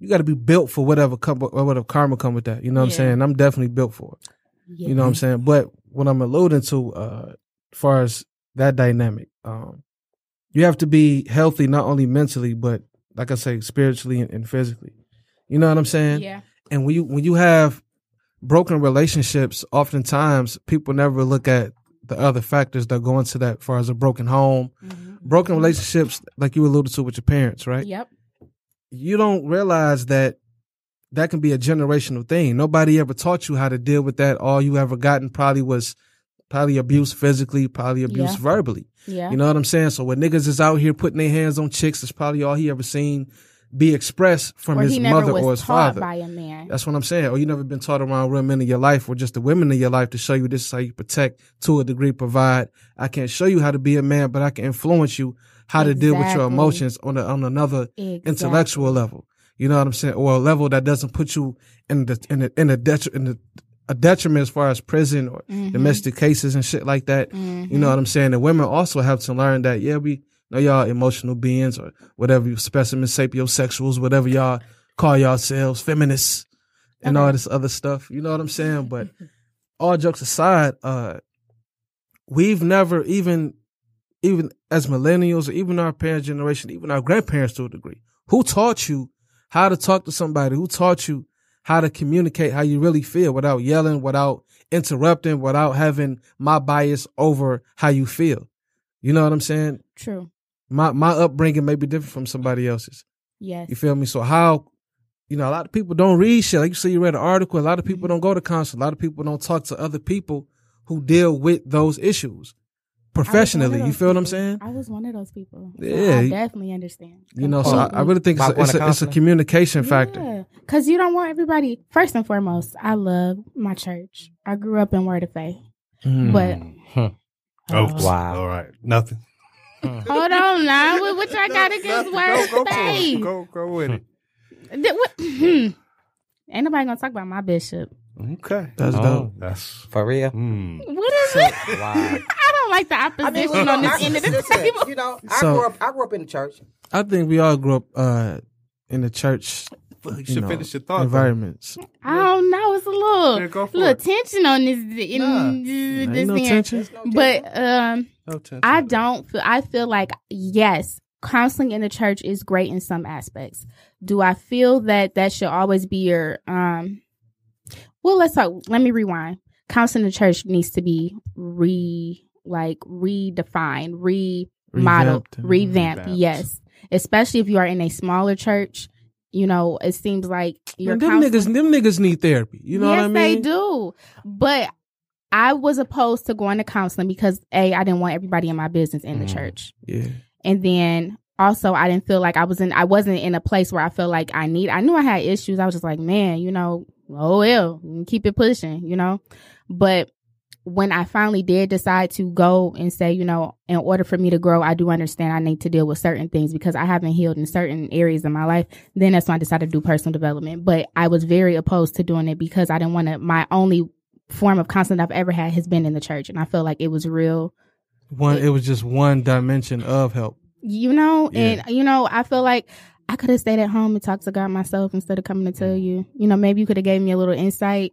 you got to be built for whatever come whatever karma come with that. You know what
Yeah.
I'm saying? I'm definitely built for it. You know what I'm saying? But what I'm alluding to, uh, far as that dynamic, um, you have to be healthy not only mentally but like I say, spiritually and, and physically. You know what I'm saying?
Yeah.
And when you when you have broken relationships, oftentimes people never look at the other factors that go into that, as far as a broken home, broken relationships, like you alluded to with your parents, right?
Yep.
you don't realize that that can be a generational thing. Nobody ever taught you how to deal with that. All you ever gotten probably was probably abuse physically, probably abuse
Yeah.
verbally.
Yeah.
You know what I'm saying? So when niggas is out here putting their hands on chicks, that's probably all he ever seen be expressed from
or
his
he never
mother
was
or his
taught
father.
by a man.
That's what I'm saying. Or you never been taught around real men in your life or just the women in your life to show you this is how you protect, to a degree, provide. I can't show you how to be a man, but I can influence you how to deal with your
Exactly.
emotions on, a, on another
Exactly.
intellectual level. You know what I'm saying? Or a level that doesn't put you in the, in a, in a, detri- in the, a detriment as far as prison or
Mm-hmm.
domestic cases and shit like that. You know what I'm saying? And women also have to learn that, yeah, we know y'all emotional beings or whatever you specimens, sapiosexuals, whatever y'all call yourselves, feminists and all this other stuff. You know what I'm saying? But all jokes aside, uh, we've never even, even as millennials, or even our parents' generation, even our grandparents to a degree, who taught you how to talk to somebody? Who taught you how to communicate how you really feel without yelling, without interrupting, without having my bias over how you feel? You know what I'm saying?
True.
My my upbringing may be different from somebody else's.
Yes.
You feel me? So how, you know, a lot of people don't read shit. Like you say, you read an article. A lot of people
Mm-hmm.
don't go to counsel. A lot of people don't talk to other people who deal with those issues
I was one of
professionally. You
those
feel what I'm
people.
saying?
I was one of those people. So
Yeah.
I definitely understand.
You know, so I, I really think it's a,
About
it's,
going
a,
to
it's a
counseling.
communication factor.
Because you don't want everybody, first and foremost, I love my church. I grew up in Word of Faith.
Mm.
But
Oh,
Wow.
Ah.
All right. Nothing.
hold on now. What, what I got against Word
go,
of
go for it.
Faith?
Go, go with it.
Th- what- hmm. Ain't nobody going to talk about my bishop.
Okay.
That's dope.
That's.
For real?
Mm.
What is it?
Wow.
I don't like the opposition on this end of the table.
You know, I
So-
grew up. I grew up in the church.
I think we all grew up uh, in the church
You
you
should
know,
finish your thought. though.
environments.
I don't know. It's a little,
Yeah, go for
little
it.
tension on this in,
Nah.
this
Ain't no
end.
tension.
But um,
No tension.
I don't feel I feel like yes, counseling in the church is great in some aspects. Do I feel that that should always be your um Well, let's talk let me rewind. Counseling in the church needs to be re like redefined, remodeled,
Revamped and
revamped,
revamped.
yes. Especially if you are in a smaller church, you know, it seems like your
Man, them
counseling
niggas, them niggas need therapy. You know
yes,
what I mean?
they do. But I was opposed to going to counseling because a I didn't want everybody in my business in the
Mm.
church,
Yeah.
and then also I didn't feel like I was in I wasn't in a place where I felt like I need. I knew I had issues. I was just like, man, you know, oh well, keep it pushing, you know. But when I finally did decide to go and say, you know, in order for me to grow, I do understand I need to deal with certain things because I haven't healed in certain areas of my life. Then that's when I decided to do personal development. But I was very opposed to doing it because I didn't want to. My only form of counseling I've ever had has been in the church, and I feel like it was real.
One, it was just one dimension of help.
You know,
Yeah.
and you know, I feel like I could have stayed at home and talked to God myself instead of coming to tell you. You know, maybe you could have gave me a little insight,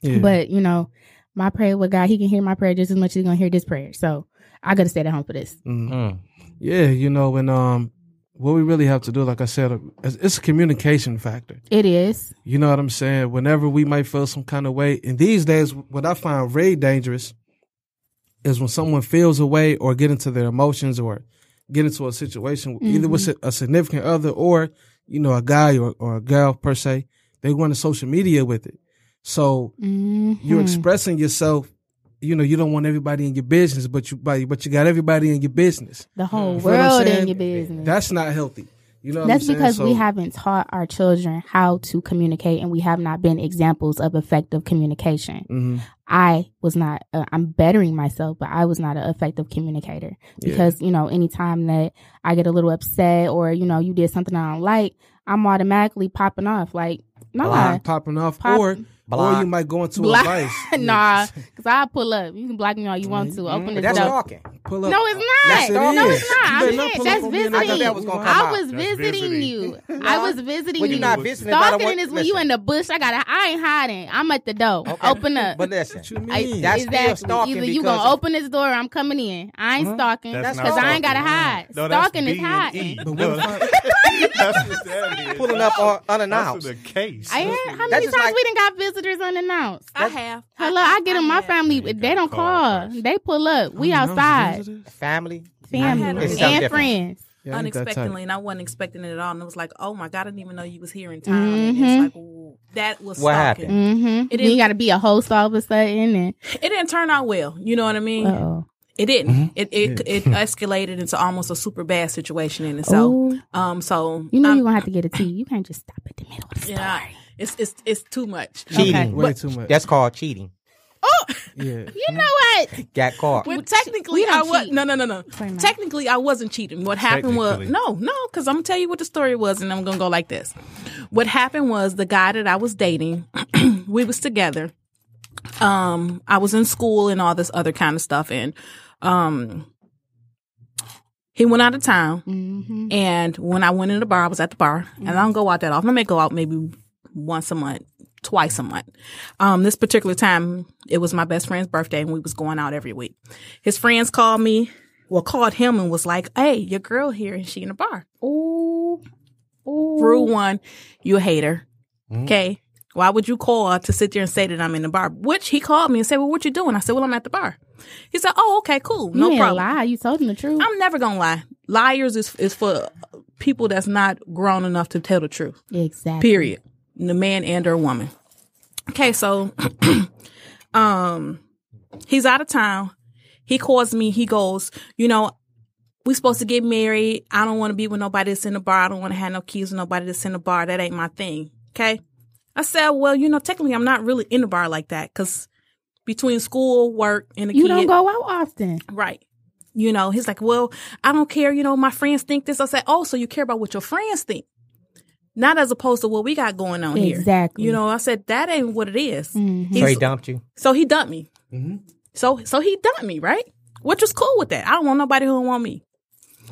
Yeah.
but you know, my prayer with God, He can hear my prayer just as much as He's gonna hear this prayer. So I could have stayed at home for this.
Mm. Yeah, you know, and um, what we really have to do, like I said, uh, it's, it's a communication factor.
It is.
You know what I'm saying? Whenever we might feel some kind of way, and these days, what I find very dangerous is when someone feels a way or get into their emotions or get into a situation, either with
Mm-hmm.
a significant other or you know a guy or, or a girl per se, they go into social media with it. So
Mm-hmm.
you're expressing yourself. You know, you don't want everybody in your business, but you but you- but you got everybody in your business.
The whole
You feel Mm. what I'm
world in
saying?
your business.
That's not healthy. You know what
That's
I'm saying?
because we
So-
haven't taught our children how to communicate and we have not been examples of effective communication.
Mhm.
I was not, uh, I'm bettering myself, but I was not an effective communicator
Yeah.
because, you know, anytime that I get a little upset or, you know, you did something I don't like, I'm automatically popping off. Like, nah,
Blind popping off,
Pop-
or or
Block.
you might go into
Block.
advice.
nah, because I pull up. You can block me all you want to. Open this
But Mm-hmm. that's
door.
talking.
Pull up.
No, it's not.
Yes, it
no,
is.
it's not.
You better not
I'm not
pull
that's
up on me and
visiting.
I
I,
thought that was
gonna come out.
was
That's
visiting
visiting.
you. I was visiting
When
you.
you're not visiting, about
Stalking
what,
is when you in the bush. I got. I ain't hiding. I'm at the door.
Okay.
Open up.
But listen,
What you mean?
I-
That's still
exactly.
stalking
Either you
because-
gonna open this door, or I'm coming in. I ain't stalking
That's
because
not
I ain't gotta
stalking.
hide.
No, that's
stalking is
B and E.
hiding.
but what if I,
That's what that is.
pulling up on
That's
unannounced.
the case.
I ain't, how
That's
many
just
times
like-
we didn't got visitors unannounced?
I have.
Hello, I get in my
have.
family.
You
They don't
gotta
call.
call
They pull up. We
I don't know,
outside.
visitors?
Family.
Family
had a-
It's
and
something different.
friends.
Yeah, I ain't that type.
unexpectedly, and I wasn't expecting it at all. And it was like, oh my god, I didn't even know you was here in town. And it's like ooh, that was
What
stalking.
happened?
Mm-hmm.
It
Then you
is-
got to be a host all of a sudden. And
It didn't turn out well. You know what I mean?
oh,
It didn't. It it, it escalated into almost a super bad situation in itself.
Ooh.
Um, so
you know
I'm-
you're gonna have to get a tea. You can't just stop at the middle of the story.
yeah, it's it's it's too much.
Cheating.
Okay.
Way too much.
That's called cheating.
yeah.
You know what?
Got caught.
Well, technically,
we don't
I was
cheat.
no, no, no, no.
not.
Technically, I wasn't cheating. What happened was
Technically.
no, no, because I'm gonna tell you what the story was, and I'm gonna go like this. What happened was the guy that I was dating, we was together. Um, I was in school and all this other kind of stuff, and um, he went out of town.
Mm-hmm.
And when I went in the bar, I was at the bar, and I don't go out that often. I may go out maybe once a month, twice a month. Um, this particular time, it was my best friend's birthday, and we was going out every week. His friends called me, well, called him, and was like, "Hey, your girl here, and she in the bar."
Ooh, ooh.
Rule one, you a hater. Okay. Why would you call to sit there and say that I'm in the bar? Which he called me and said, Well, what you doing? I said, Well, I'm at the bar. He said, Oh, okay, cool.
You
No
ain't
problem.
Lie. You told him the truth.
I'm never gonna lie. Liars is is for people that's not grown enough to tell the truth.
exactly.
Period. The man and or woman. Okay, so um he's out of town. He calls me, he goes, you know, we supposed to get married. I don't want to be with nobody that's in the bar. I don't want to have no kids with nobody that's in the bar. That ain't my thing. Okay. I said, well, you know, technically I'm not really in the bar like that because between school, work, and the
You
kid,
don't go out often.
Right. You know, he's like, well, I don't care. You know, my friends think this. I said, oh, so you care about what your friends think. Not as opposed to what we got going on here.
Exactly.
You know, I said, that ain't what it is.
So he
He's-
dumped Mm-hmm. you.
so he dumped me. So, so he dumped me, right? Which was cool with that. I don't want nobody who don't want me.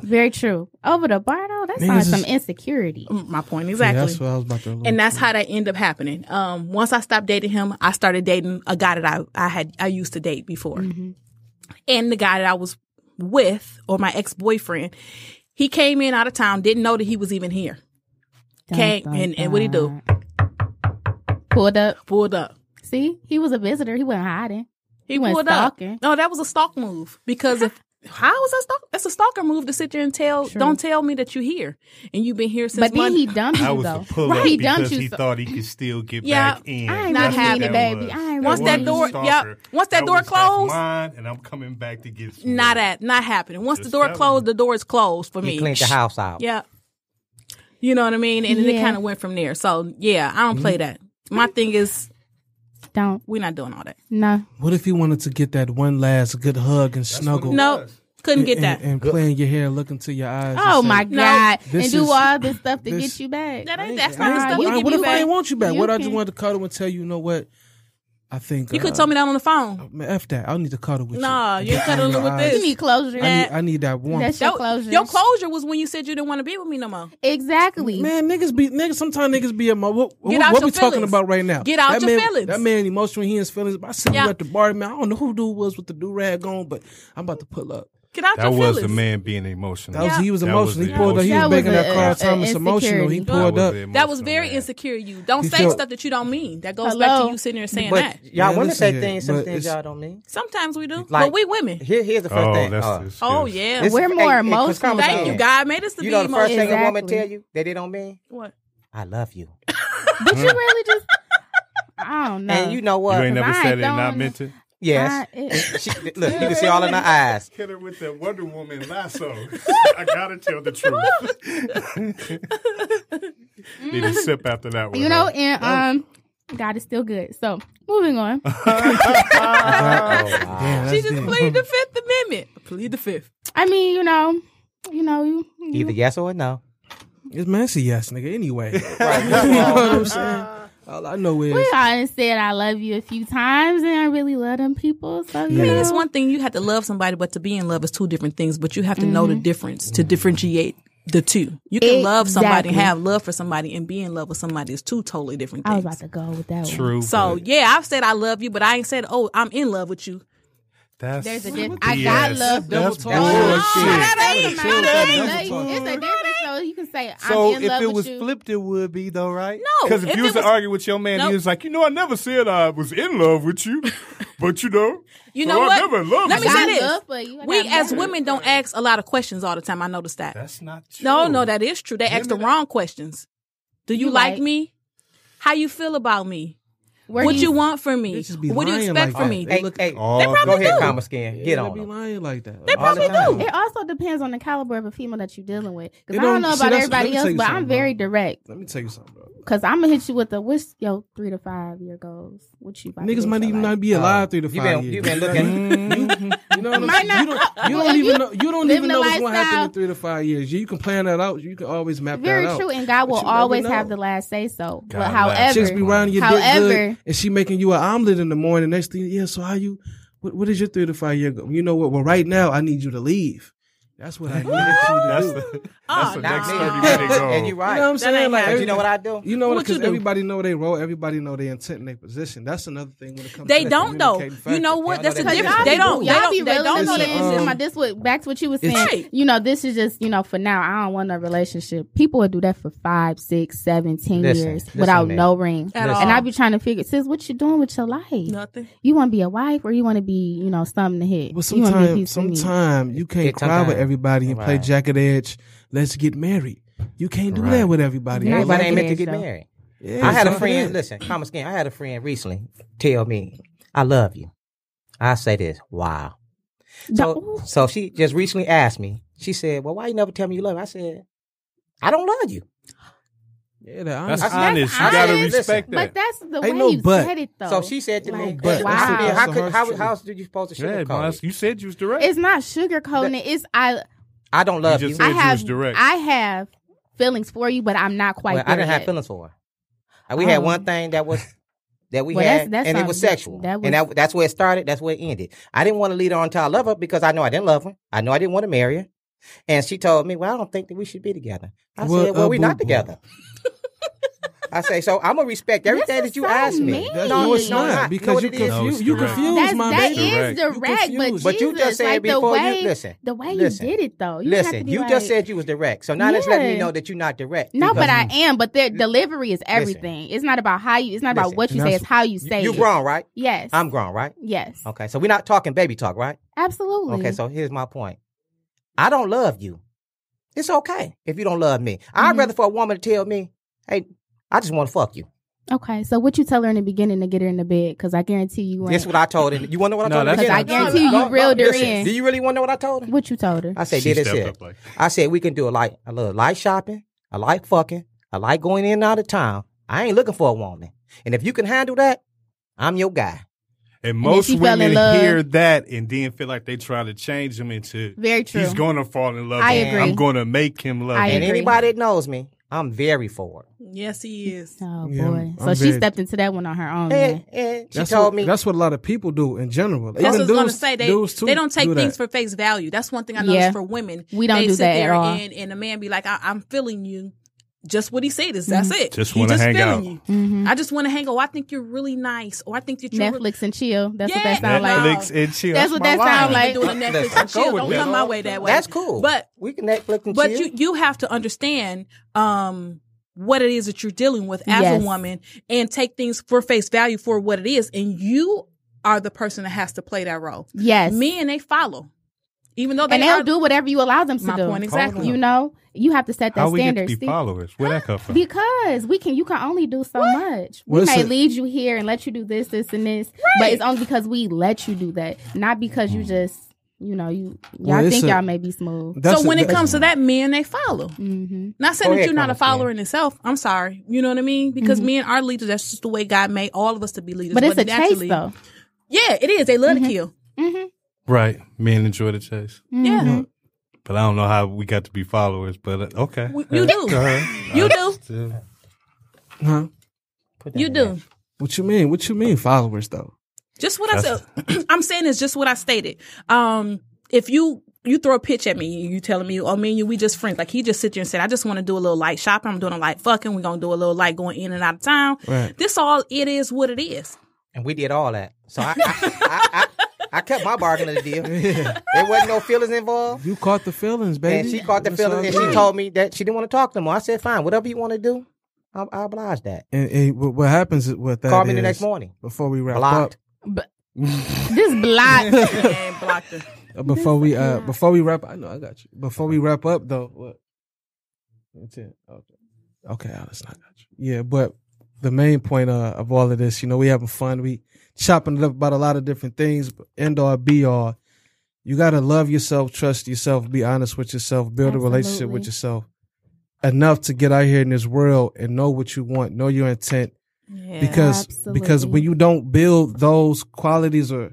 Very true. Over the bar though, that sounds some insecurity.
Mm, My point
Yeah,
exactly.
That's what I was about to allude
and that's how that ended up happening. Um, once I stopped dating him, I started dating a guy that I, I had I used to date before,
Mm-hmm.
and the guy that I was with or my ex boyfriend, he came in out of town, didn't know that he was even here. Okay,
Dun, dun,
and and what he do?
Pulled up.
Pulled up.
See, he was a visitor. He wasn't hiding.
He,
went
pulled
stalking.
up. No, that was a stalk move because if. How is that stalk? That's a stalker move to sit there and tell. Don't tell me that you here and you've been here since.
but then
Monday.
he dumped
I
you
was
though.
a pull up
he
because
dumped you.
he
so-
thought he could still get
Yeah,
back in.
I ain't
That's
really
what
with
that
it, baby.
was.
I ain't with
That was
it.
a
Once
that door-
stalker.
yeah, once that door
was
closed-
mine, and I'm coming back to get some.
not at not happening. Once
Just
the door
telling
closed, the door is closed for
He
me.
cleaned the house out.
Yeah. You know what I mean? And then it
Yeah.
kind of went from there. So, yeah, I don't play
Mm-hmm.
that. My thing is,
Don't.
we're not doing all that.
No.
What if you wanted to get that one last good hug and snuggle?
No, couldn't get
and,
that.
And play in your hair, look into your eyes.
Oh
and say,
my
No.
God!
This
and do
is-
all this stuff to
this-
get you back.
That ain't,
ain't- I
that's not the
ain't-
stuff
what-
you
what
give
if
me
I
back.
didn't want you back?
You
what I just
can-
wanted to cuddle and tell you, you know what? I think
You
uh,
could tell me that on the phone.
Man, F that. I don't need to cuddle with
Nah,
you.
you ain't
Get me in
cuddling
your
with
eyes.
this.
You need closure.
I need, I need that warmth.
That's your
That-
closure.
Your closure was when you said you didn't want to be with me no more.
Exactly.
Man, niggas be niggas. Sometimes niggas be emo. What, what,
out
what
your
we talking
feelings.
about right now?
Get out
that
your
man,
feelings.
That man emotional. He in his feelings. I see
Yeah.
you at the bar, man. I don't know who dude was with the do rag on, but I'm about to pull up.
Get out
That
your
was
feelings.
the man being emotional.
That was he was
That
emotional.
was
he
the
pulled up. He was
emotion. That
making
was
that
a-
Carl
a-
Thomas
a
emotional.
insecurity.
He
That
That
pulled
was
up.
the
That was
emotional
very
man.
insecure of you. Don't
He
say
felt-
stuff that you don't mean. That goes back
Hello?
to you sitting there saying
But
that.
y'all
Yeah,
women
listen
say
here,
things
but
some things
it's-
y'all don't mean.
Sometimes we do.
Like-
but we women.
Here, here's the first
Oh,
thing.
that's
uh,
this-
Oh,
this-
yeah.
this-
We're more
hey, hey, Chris
emotional.
Common
Thank you,
said,
God made us to
You
be
know the
emotional. Uh,
first thing a woman
Exactly.
tell you that they don't mean?
What?
I love you.
Did you really just? I don't know.
And you know
You
what?
ain't
Cause
never
I
said
ain't
it and not
throwing
meant it.
yes.
I- it-
She, look, you can see all in her eyes.
Hit her with that Wonder Woman lasso. I gotta tell the
Need a sip after that one.
you know,
huh?
and um, God is still good. So moving on.
Oh, wow.
Damn,
She
that's
just
deep.
pleaded the Fifth Amendment. Plead the Fifth.
I mean, you know, you know, you,
Either yes or no.
It's messy, yes, nigga. Anyway,
Right.
you know what I'm saying?
All I know is
We already said I love you a few times, and I really love them people. So
I
yeah,
mean, it's one thing you have to love somebody, but to be in love is two different things. But you have to know the
Mm-hmm.
difference to differentiate the two. You can love somebody and
Exactly.
have love for somebody, and be in love with somebody is two totally different
I was
things.
about to go with that one.
True.
so
but
yeah, I've said I love you, but I ain't said oh I'm in love with you.
that's
There's a difference. I got
BS.
love.
That's
talk.
bullshit.
It's
That ain't- that ain't-
a difference, so you can say
So
I'm in
if
love
it
with
was
you.
flipped, it would be though, right?
No,
because if,
if
you
it
was to
was-
argue with your man,
Nope.
he was like, you know, I never said I was in love with you, but you know,
You
so
know
"Oh, I'm
what?
never in love
Let
with
me
you.
say
I'm
this.
love for you. I
we
got
as
love.
women don't ask a lot of questions all the time. I noticed that.
That's not true.
No, no, that is true. They ask the
Women-
wrong questions. Do you
You
like
right.
me? How you feel about me?
Where
what
you-
you want from me?
Bitches be
What do you
lying
expect
like that.
from me?
hey, hey,
Oh,
probably
go ahead,
do.
comma skin, get
they
on
be
them.
lying like that.
They
all the
probably
time.
do.
It also depends on the caliber of a female that you're dealing with.
It
Because I don't
don't-
know
see,
about
that's- let
everybody
me tell
else,
you
but
something,
I'm very
bro.
direct.
Let me tell you something, bro.
Because I'm gonna hit you with the what's your three to five year goals? What you about to
Niggas
do
might
for
even
life?
not be alive three to
You
five
been
years.
you been looking.
You know what I'm
Might
saying? You don't,
not-
you
Well,
don't
if
even
you
know. You don't
living
even
the
know what's going to happen
lifestyle-
in three to five years. You can plan that out. You can always map
Very
that out.
true, and God will
But you never
always
know.
have the last say so.
God
but
laughs.
however,
Chicks be riding your dick
however,
good, and she making you an omelet in the morning. Next thing, yeah. So how you? What, what is your three to five year goal? You know what? Well, right now I need you to leave. That's what I need you to
that's
do.
the,
Oh,
that's the
nah.
next
me.
thirty minute goal.
And you're
You know what
right.
I'm saying?
ain't
Like,
happening.
But you know what I do?
You know what?
What you
Because
do?
everybody know their role. Everybody know their intent and their position. That's another thing when it comes.
They
to that
don't though.
communicating
You know
factor.
what?
They
That's the
don't know
difference.
that.
They don't. They
y'all be
don't. They
real
don't know
into
the
the
um,
answer.
my this what back to what you was saying.
Right.
You know, this is just you know for now. I don't want a relationship. People would do that for five, six, seven, ten
Listen,
years
listen,
without
man.
no ring.
At
Listen.
all.
And I be trying to figure, sis, what you doing with your life?
nothing.
You want to be a wife or you want to be you know something to hit?
But
you want to be a
sometimes,
piece of meat?
sometimes you can't
It-
cry with
sometime.
everybody and play
Right.
Jack of the Edge. Let's get married. You can't do that with everybody.
Not
Well,
Everybody
Everybody ain't meant to
is,
get
though.
married.
yeah,
I had
it's
a
not
friend.
that.
Listen, comma skin. I had a friend recently tell me, "I love you." I say this, wow. So,
Don't-
so she just recently asked me. She said, "Well, why you never tell me you love?" me? I said, "I don't love you."
Yeah, that
That's
honest.
honest.
That's
You gotta
honest.
respect
but
that.
that's the way
Ain't no
you
but.
said it though.
So she said to me,
Like,
But
"But
that's
wow.
the-
how
the
could
harsh
how,
truth.
how else did you supposed to
Yeah,
sugarcoat
Miles,
it?
you said you was direct.
it's not sugarcoating it. It's I
I don't love
You
you."
just
I
said you was
have
direct.
I have feelings for you, but I'm not quite
well,
there
I didn't have
yet.
feelings for her. And we had
Oh.
one thing that was that we
Well, that's-
had,
that's
and it
not-
was
that-
sexual,
that
and
was-
that, that's where it started. That's where it ended. I didn't want to lead her on to I love her because I know I didn't love her. I know I didn't want to marry her, and she told me, "Well, I don't think that we should be together." I
Well,
said, "Well,
uh,
we're not
boo-boo.
together." I say, "So I'm gonna respect everything
This is
that you
so
asked me."
mean.
That's-
No,
no, it's
no,
not
not. No,
because you
it is.
confuse.
No,
You
it's direct.
confuse
That's,
my
that
man.
is
Direct. You
direct, but,
confused. But
you
Jesus,
just said
like the
before you-
way,
listen,
the way
listen,
you did it though. You didn't have to
Listen,
be
you
like,
just said you was direct, so now that's letting me
Yeah.
know that you're not direct.
no, but
because
I am. But the delivery is everything. it's not about how you. It's not
Listen,
about what you
and
say.
that's-
It's how you
you-
say
you
it.
grown, right?
Yes,
I'm grown, right?
yes,
Okay, so we're not talking baby talk, right?
absolutely.
Okay, so here's my point. I don't love you. It's okay if you don't love me. I'd
Mhm.
rather for a woman to tell me, "Hey, I just want to fuck you."
okay, so what you tell her in the beginning to get her in the bed? Because I guarantee you,
That's
ain't.
what I told her. You want to know what
No,
I told
that's
her?
not
again?
true. 'Cause I guarantee
you
No, no,
reeled her
listen,
in.
Do you really want to know what I told her?
what you told her.
I say,
She
did it
stepped
here.
up like
I said we can do a like a little light shopping. I like fucking. I like going in and out of town. I ain't looking for a woman. And if you can handle that, I'm your guy.
then
And most
she fell in
women
love.
hear that and then feel like they try to change him into
Very true.
he's going to fall in love.
I
with me.
agree.
I'm going to make him love.
I
me.
And
agree.
anybody that knows me, I'm very forward.
Yes, he is.
Oh
Yeah,
boy!
I'm-
So
I'm
she
very-
stepped into that one on her own.
And,
then.
and she
That's
told
what,
me,
That's what a lot of people do in general.
That's
Even
what I was gonna
dudes-
say. They
dudes too
they don't take
do
things
that.
for face value. That's one thing I noticed
Yeah.
for women.
We don't
they
do
sit
that at
there
all.
And, and the man be like, I, "I'm feeling you." Just what he said is
Mm-hmm.
that's it.
Just
He
wanna hang
feeling
out.
You.
Mhm.
I just want to hang out. I think you're really nice, or I think that you're really-
Netflix and chill. That's what
Yeah.
that sound like.
Netflix and chill.
That's what
my
that sound
line.
like.
doing the
Listen,
Netflix and
go
chill.
with
Don't
that.
come my way that way.
that's cool.
But
we can Netflix and
but
chill.
you you have to understand um what it is that you're dealing with as
Yes.
a woman and take things for face value for what it is and you are the person that has to play that role
Yes.
men they follow even though they
and they'll
are,
do whatever you allow them to
My
do.
point exactly.
You know, you have to set that
How we get
standard.
to be
Steve.
followers? Where that come from?
because we can, you can only do so much. We
Well,
may
listen-
lead you here and let you do this, this, and this, but it's only because we let you do that, not because you just, you know, you y'all
Mm. Well, it's
think
a-
y'all may be smooth.
That's
so
a-
when it
that's-
comes to that men they follow
hmm
not saying
Go
that
ahead,
you're not a
Thomas,
follower
man.
in itself i'm sorry you know what i mean because men are leaders that's just the way god made all of us to be leaders
Mm-hmm. But it's a chase,
naturally-
though. Mm-hmm.
yeah it is they love to kill
Right. Men enjoy the chase.
yeah
Mm-hmm.
But I don't know how we got to be followers, but uh, okay.
We- you do.
Go ahead.
you do
Huh?
Put that
You
in
do.
there.
What you mean? What you mean followers though?
Just what I said. I'm saying is just what I stated. Um, if you you throw a pitch at me, you telling me, oh, me and you, we just friends. Like he just sit there and said, I just want to do a little light shopping. I'm doing a light fucking. We're gonna do a little light going in and out of town.
Right.
This all it is what it is.
and we did all that. So I, I, I, I, I kept my bargain of the deal. There wasn't no feelings involved.
You caught the feelings, baby.
And she caught the
That's all
feelings, and
good.
she told me that she didn't want to talk no more. I said, "Fine, whatever you want to do, I, I oblige that."
And, and what what happens is- with that?
Call me the
is,
next morning.
Before we wrap
Blocked.
This block.
and blocked it.
up, uh, before we uh, before we wrap, I know I got you. Before we wrap up though, what? That's it. Okay, okay, Alice, I got you. Yeah, but the main point uh, of all of this, you know, we having fun, we chopping it up about a lot of different things. But end all, be all, you gotta love yourself, trust yourself, be honest with yourself, build a relationship with
Absolutely.
yourself enough to get out here in this world and know what you want, know your intent,
Yeah.
because because when
Absolutely.
you don't build those qualities or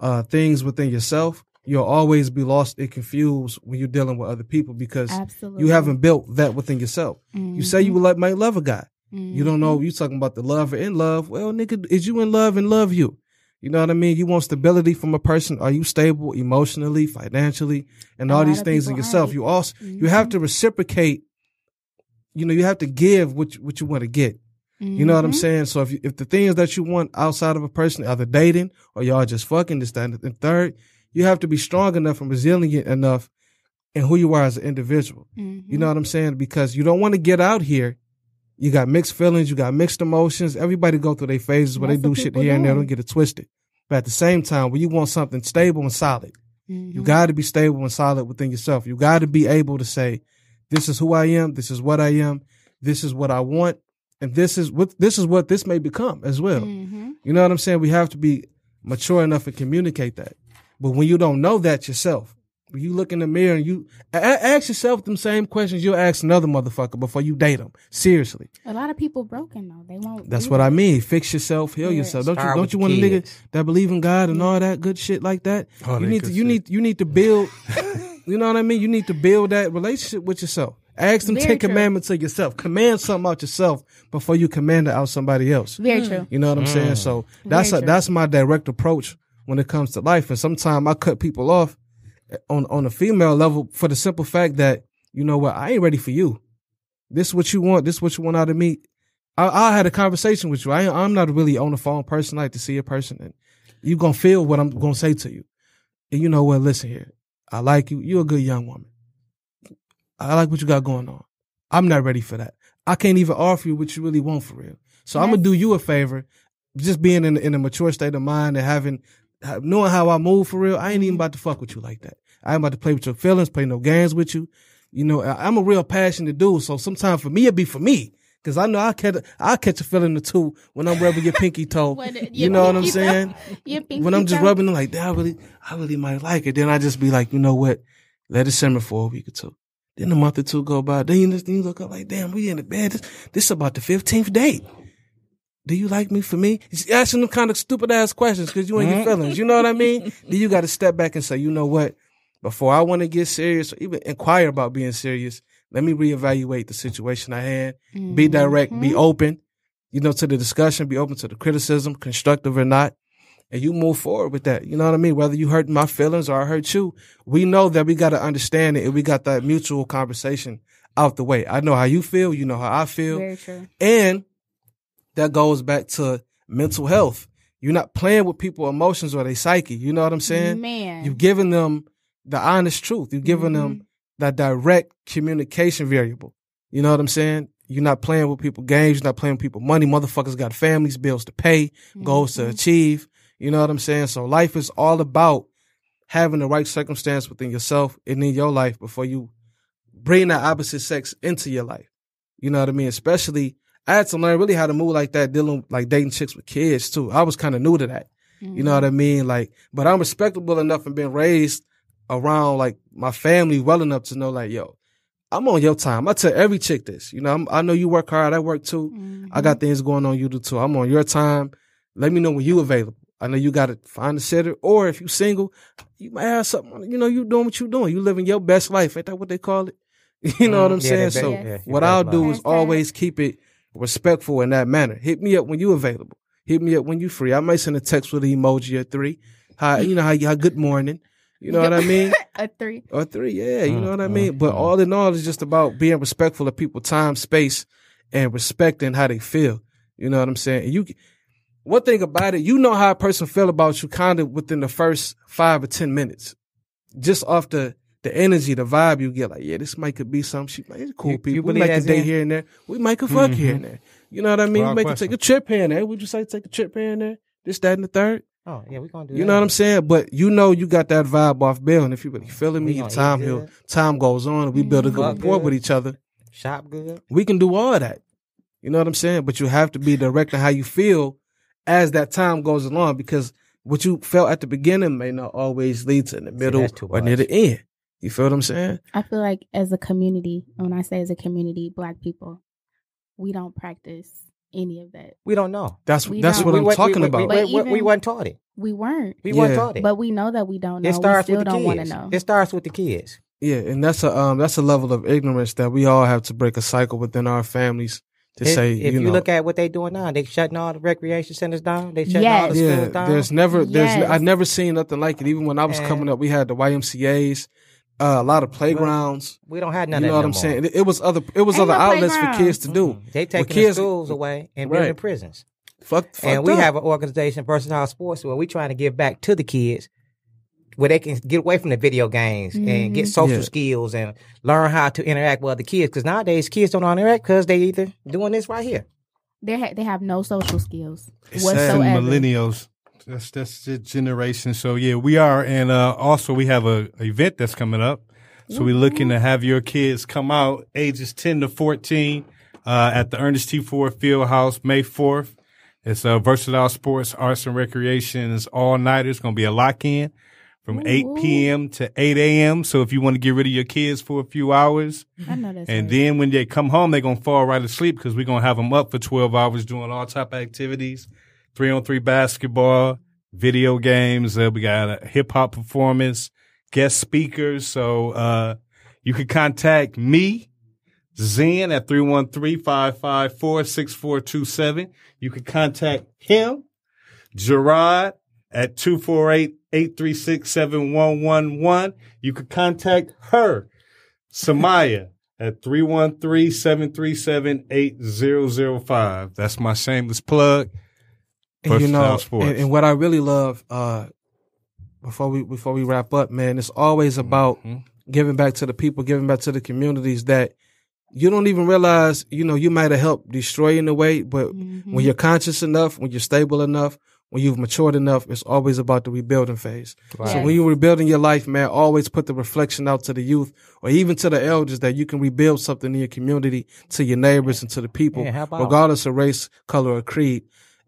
uh, things within yourself, you'll always be lost and confused when you're dealing with other people because
Absolutely. Mm-hmm.
you haven't built that within yourself. You say you like might love a guy, you don't know you talking about the love or in love. Well, nigga, is you in love and love you? You know what I mean? You want stability from a person. Are you stable emotionally, financially, and
A
all
lot
these
of
things in
people
yourself?
aren't. Mm-hmm.
You also you have to reciprocate. You know, you have to give what you, what you want to get. You know what
Mm-hmm.
I'm saying? So if you, if the things that you want outside of a person, either dating or y'all just fucking this, that, and the third, you have to be strong enough and resilient enough in who you are as an individual.
Mm-hmm.
You know what I'm saying? Because you don't want to get out here. You got mixed feelings. You got mixed emotions. Everybody go through their phases where they
That's
do
what
shit
people
here and there.
do.
Don't get it twisted. But at the same time, when you want something stable and solid,
Mm-hmm.
you got to be stable and solid within yourself. You got to be able to say, "This is who I am. This is what I am. This is what I want, and this is what this is what this may become as well."
Mm. Mm-hmm.
You know what I'm saying? We have to be mature enough to communicate that. But when you don't know that yourself, when you look in the mirror and you a- a- ask yourself them same questions you'll ask another motherfucker before you date them. Seriously,
A lot of people broken though. They won't.
that's
do
what
that.
I mean. Fix yourself, heal
Yeah.
yourself. Don't you
Start
don't
with
you
the
want a nigga
kids. Oh,
that believe in God and all that good shit like that?
All
you
that
need to
good
you
shit.
need you need to build. you know what I mean? You need to build that relationship with yourself. Ask them
Very
ten
true.
commandments of yourself. Command something out yourself before you command it out somebody else.
Very true.
You know what I'm saying? So that's
Very
a,
true.
that's my direct approach when it comes to life. And sometimes I cut people off on on a female level for the simple fact that you know what I ain't ready for you. This is what you want. This is what you want out of me. I, I had a conversation with you. I, ain't- I'm not really on the phone person. I like to see a person, and you gonna feel what I'm gonna say to you. And you know what? Listen here. I like you. You're a good young woman. I like what you got going on. I'm not ready for that. I can't even offer you what you really want for real. So I'm gonna do you a favor, just being in in a mature state of mind and having ha- knowing how I move for real. I ain't
Mm-hmm.
even about to fuck with you like that. I ain't about to play with your feelings, play no games with you. You know, I- I'm a real passionate dude. So sometimes for me, it be for me. Cause I know I catch I catch a feeling or two when I'm rubbing your pinky toe.
When it-
you
your
know what I'm
pinky toe.
saying?
You think
when I'm just
people-
rubbing it like that, I really, I really might like it. Then I just be like, you know what? Let it simmer for a week or two. Then a month or two go by. Then you, just, then you look up like, damn, we in the bed. This, this about the fifteenth date. Do you like me for me? It's asking them kind of stupid ass questions because you ain't your feelings. You know what I mean? then you got to step back and say, you know what? Before I want to get serious or even inquire about being serious, let me reevaluate the situation I had. Be direct.
Mm-hmm.
Be open. You know, to the discussion. Be open to the criticism, constructive or not and you move forward with that. You know what I mean? Whether you hurt my feelings or I hurt you, we know that we got to understand it and we got that mutual conversation out the way. I know how you feel, you know how I feel.
Very true.
And that goes back to mental health. You're not playing with people's emotions or their psyche. You know what I'm saying?
Man.
You're giving them the honest truth. You're giving them that direct communication variable. You know what I'm saying? You're not playing with people games. You're not playing with people money. Motherfuckers got families, bills to pay, goals
Mm-hmm.
to achieve. You know what I'm saying? So life is all about having the right circumstance within yourself and in your life before you bring that opposite sex into your life. You know what I mean? Especially I had to learn really how to move like that, dealing like dating chicks with kids too. I was kind of new to that.
Mm-hmm.
You know what I mean? Like, but I'm respectable enough and been raised around like my family well enough to know like, yo, I'm on your time. I tell every chick this. You know, I'm, I know you work hard. I work too.
Mm-hmm.
I got things going on. You do too. I'm on your time. Let me know when you available. I know you got to find a sitter, or if you single, you might have something. You know, you doing what you doing. You living your best life. Ain't that what they call it? You know what I'm
Mm-hmm. Yeah,
saying?
that-
so
yeah, your
what
best
I'll
life.
do is
Hashtag.
always keep it respectful in that manner. Hit me up when you available. Hit me up when you free. I might send a text with an emoji or three. Hi, you know how how good morning. You know what I mean?
a three.
Or three, yeah.
Mm,
You know what I mean? But all in all, it's just about being respectful of people, time, space, and respecting how they feel. You know what I'm saying? And you, one thing about it, you know how a person feel about you kind of within the first five or ten minutes, just off the the energy, the vibe you get. Like, yeah, this might could be some shit. Like, it's cool
You- you
people. we
believe Mm-hmm.
like a
that's
date
it?
here and there. We might could fuck here and there. You know what I mean?
Without
We might could
question.
take a trip here and there. Would you say take a trip here and there? This, that, and the third.
Oh yeah, we gonna do.
You know what I'm saying? But you know you got that vibe off Bill, and if you really feeling
We
me,
gonna eat
time
good.
he'll time goes on, and we build a good
Fuck
rapport
good.
with each other.
Shop good.
We can do all that. You know what I'm saying? But you have to be direct in how you feel as that time goes along, because what you felt at the beginning may not always lead to in the middle
that's too
or near
much.
the end. You feel what I'm saying?
I feel like as a community, when I say as a community, black people, we don't practice any of that.
We don't know.
That's
We
that's
don't-
what
we,
I'm
we-
talking
we,
about.
We,
But
we, we, we
even-
weren't taught it.
We weren't,
We
Yeah.
weren't taught it.
but we know that we don't know.
it starts
we still
with the
don't want to
kids.
know.
It starts with the kids.
yeah, and that's a um that's a level of ignorance that we all have to break a cycle within our families to
if,
say
if
you
you,
know
look at what they doing now, they shutting all the recreation centers down. They shutting all the
Yes.
yeah,
schools down.
there's never there's
Yes.
I never seen nothing like it. Even when I was
And-
coming up, we had the YMCA's, uh, a lot of playgrounds.
we don't have
you
none
know
of that
what
no
I'm
more. Mm-hmm.
saying? It, it was other it was
Ain't
other
no
outlets for
playgrounds.
kids to do.
They
Well,
taking
kids-
the schools away and
Right.
building the prisons.
Fuck, fucked
and we
up.
have an organization, Versatile Sports, where we trying to give back to the kids where they can get away from the video games and get social
Mm-hmm. Yeah.
skills and learn how to interact with other kids. Because nowadays, kids don't know how to interact because they either doing this right here.
They ha- they have no social skills
It's sad.
That's the
whatsoever.
millennials. That's that's the generation. So yeah, we are, and uh, also we have a, a event that's coming up. So we're looking to have your kids come out ages ten to fourteen uh, at the Ernest T. Ford Fieldhouse May fourth. It's uh, versatile sports, arts and recreation. It's all night. It's going to be a lock in from eight p.m. to eight a.m. So if you want to get rid of your kids for a few hours,
I know that's
and
right.
then when they come home, they're gonna fall right asleep because we're gonna have them up for twelve hours doing all type of activities, three on three basketball, video games. Uh, we got a hip hop performance, guest speakers. So uh, you can contact me, Zen at 313-554-6427. You can contact him, Gerard at 248-836-7111. You can contact her. Samaya at 313-737-8005. That's my shameless plug.
And, you know,
Versatile sports.
and, and what I really love, uh, before we before we wrap up, man, it's always about
Mm-hmm.
giving back to the people, giving back to the communities that you don't even realize, you know, you might have helped destroy in a way, but
Mm-hmm.
Mm-hmm.
when you're conscious enough, when you're stable enough, when you've matured enough, it's always about the rebuilding phase. So when you're rebuilding your life, man, always put the reflection out to the youth or even to the elders that you can rebuild something in your community, to your neighbors and to the people,
Yeah, how about-
regardless of race, color, or creed.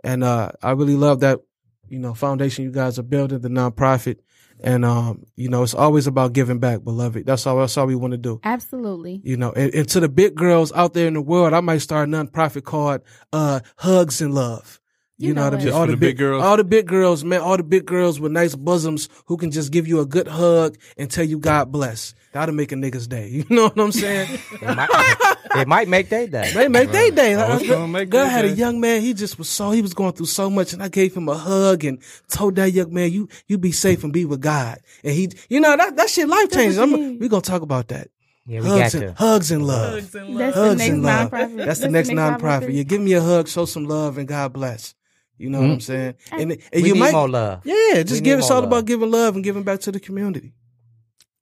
And uh, I really love that, you know, foundation you guys are building, the nonprofit. And um, you know, it's always about giving back, beloved. That's all that's all we want to do.
Absolutely.
You know, and, and to the big girls out there in the world, I might start a nonprofit called uh Hugs and Love. You,
You
know,
know
what I
it.
mean?
Just
all
for the big girls?
all the big girls, man, all the big girls with nice bosoms who can just give you a good hug and tell you God bless. That'll make a nigga's day. You know what I'm saying?
It might, it might make their day.
They make their day. Like,
Oh, it's gonna
I-
make
God
their
had a
day.
young man. He just was so he was going through so much, and I gave him a hug and told that young man, "You you be safe and be with God." And he, you know, that that shit life changes. I'm, we gonna talk about that.
Yeah, we got
Hugs and,
to.
hugs and love.
That's
Hugs
the next
and love.
nonprofit.
That's the next nonprofit.
nonprofit.
You give me a hug, show some love, and God bless. You know what I'm saying? And, and
Mm-hmm. We
you
need
might,
more love.
yeah,
We
just
need
give. It's
more
all
love.
about giving love and giving back to the community.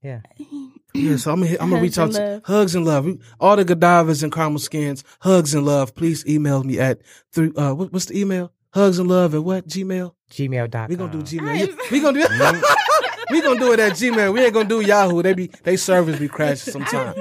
Yeah.
Yeah, so I'm gonna, hit- I'm gonna reach
Hugs
out
and
to
love.
hugs and love. All the Godivas and caramel skins, hugs and love. Please email me at through. Uh, what, what's the email? Hugs and love at what Gmail?
Gmail.com.
We gonna do Gmail. Yeah, we gonna do.
Mm-hmm.
we gonna do it at Gmail. We ain't gonna do Yahoo. They be they servers be crashing sometimes.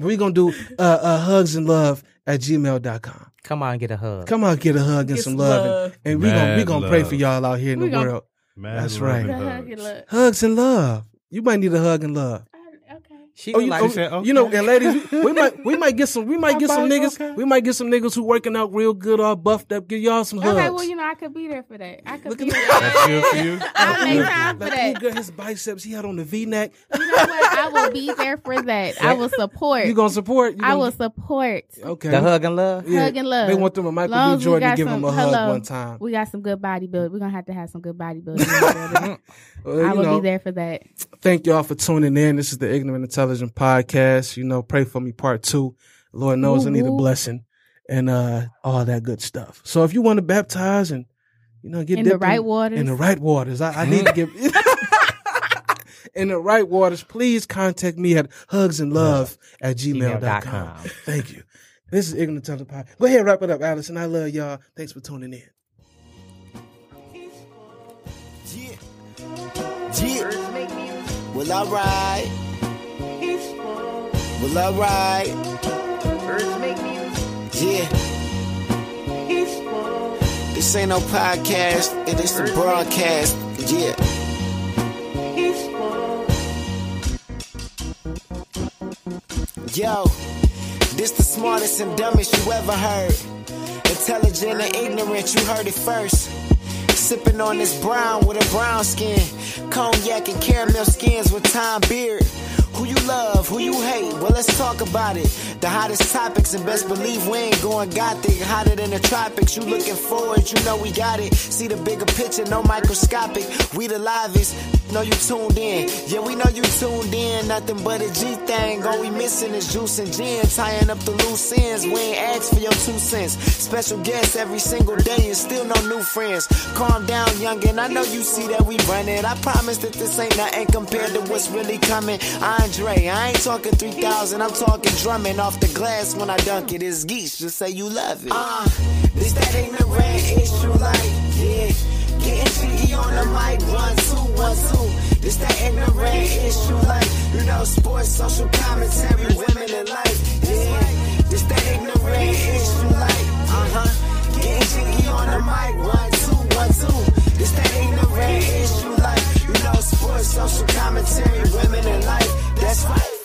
We gonna do uh, uh, hugs and love at gmail.com.
Come on and get a hug.
Come on, get a hug and
Get
some
some
love,
love.
and, and we gonna we
Mad
gonna pray
love.
for y'all out here in the
gonna-
world.
Mad
That's
love
right.
and
The hug
hugs.
and love.
Hugs and love. You might need a hug and love.
Okay.
She
Oh,
was
you,
like,
oh,
She said, okay.
you know, and ladies, we, we might we might get some we might get some
Okay,
niggas
okay.
we might get some niggas who working out real good, all buffed up. Give y'all some hugs.
Okay, well, you know, I could be there for that. I could
Look
be
at
there.
that.
That's good for you.
I'll make time for
like,
that.
ooh, girl, his biceps he had on the V neck.
You know what? I will be there for that. I will support.
You gonna support? You Uh-huh.
I
gonna-
will support.
Okay.
the hug and love.
Yeah.
Hug and love.
They want them a Michael
Long
B.
as we
Jordan to
got
give him
some-
a hug
hello.
one time.
We got some good bodybuilding. We're gonna have to have some good bodybuilding.
Well,
I
you
will
know,
be there for that.
Thank y'all for tuning in. This is the Ignorant Intelligent Podcast. You know, pray for me part two. Lord knows I need a
Woo-woo.
blessing and uh all that good stuff. So if you want to baptize and you know get
In the
dipped
right waters.
in the right waters, I, I need to give in the right waters, please contact me at hugs and love at gmail.com.
Gmail.com.
Thank you. This is Ignorant Intelligent Podcast. Go ahead, wrap it up, Allison. I love y'all. Thanks for tuning in.
Yeah. Yeah. Well, alright. Well, alright. Yeah. This ain't no podcast, it is the broadcast. Yeah. Yo, this the smartest and dumbest you ever heard. Intelligent and ignorant, you heard it first. Sipping on this brown with a brown skin. Cognac and caramel skins with Tom Beard. Who you love, who you hate, well let's talk about it. The hottest topics and best believe we ain't going gothic. Hotter than the tropics, you looking forward, you know we got it. See the bigger picture, no microscopic. We the livest, know you tuned in. Yeah, we know you tuned in, nothing but a G thing. All we missing is juice and gin, tying up the loose ends. We ain't asked for your two cents. Special guests every single day and still no new friends. Calm down, youngin', I know you see that we running. I promise that this ain't nothing compared to what's really coming. Andre, I ain't talking 3,000, I'm talking drumming off the glass when I dunk it. It's geese, just say you love it. Uh, this that ignorant issue like, yeah. Getting GE on the mic, one, two, one, two. This that ignorant issue like, you know, sports, social commentary, women in life, yeah. This that ignorant issue like, uh-huh. Getting GE on the mic, one, two, one, two. This that ignorant issue like, you know, sports, social commentary, women in life, that's right.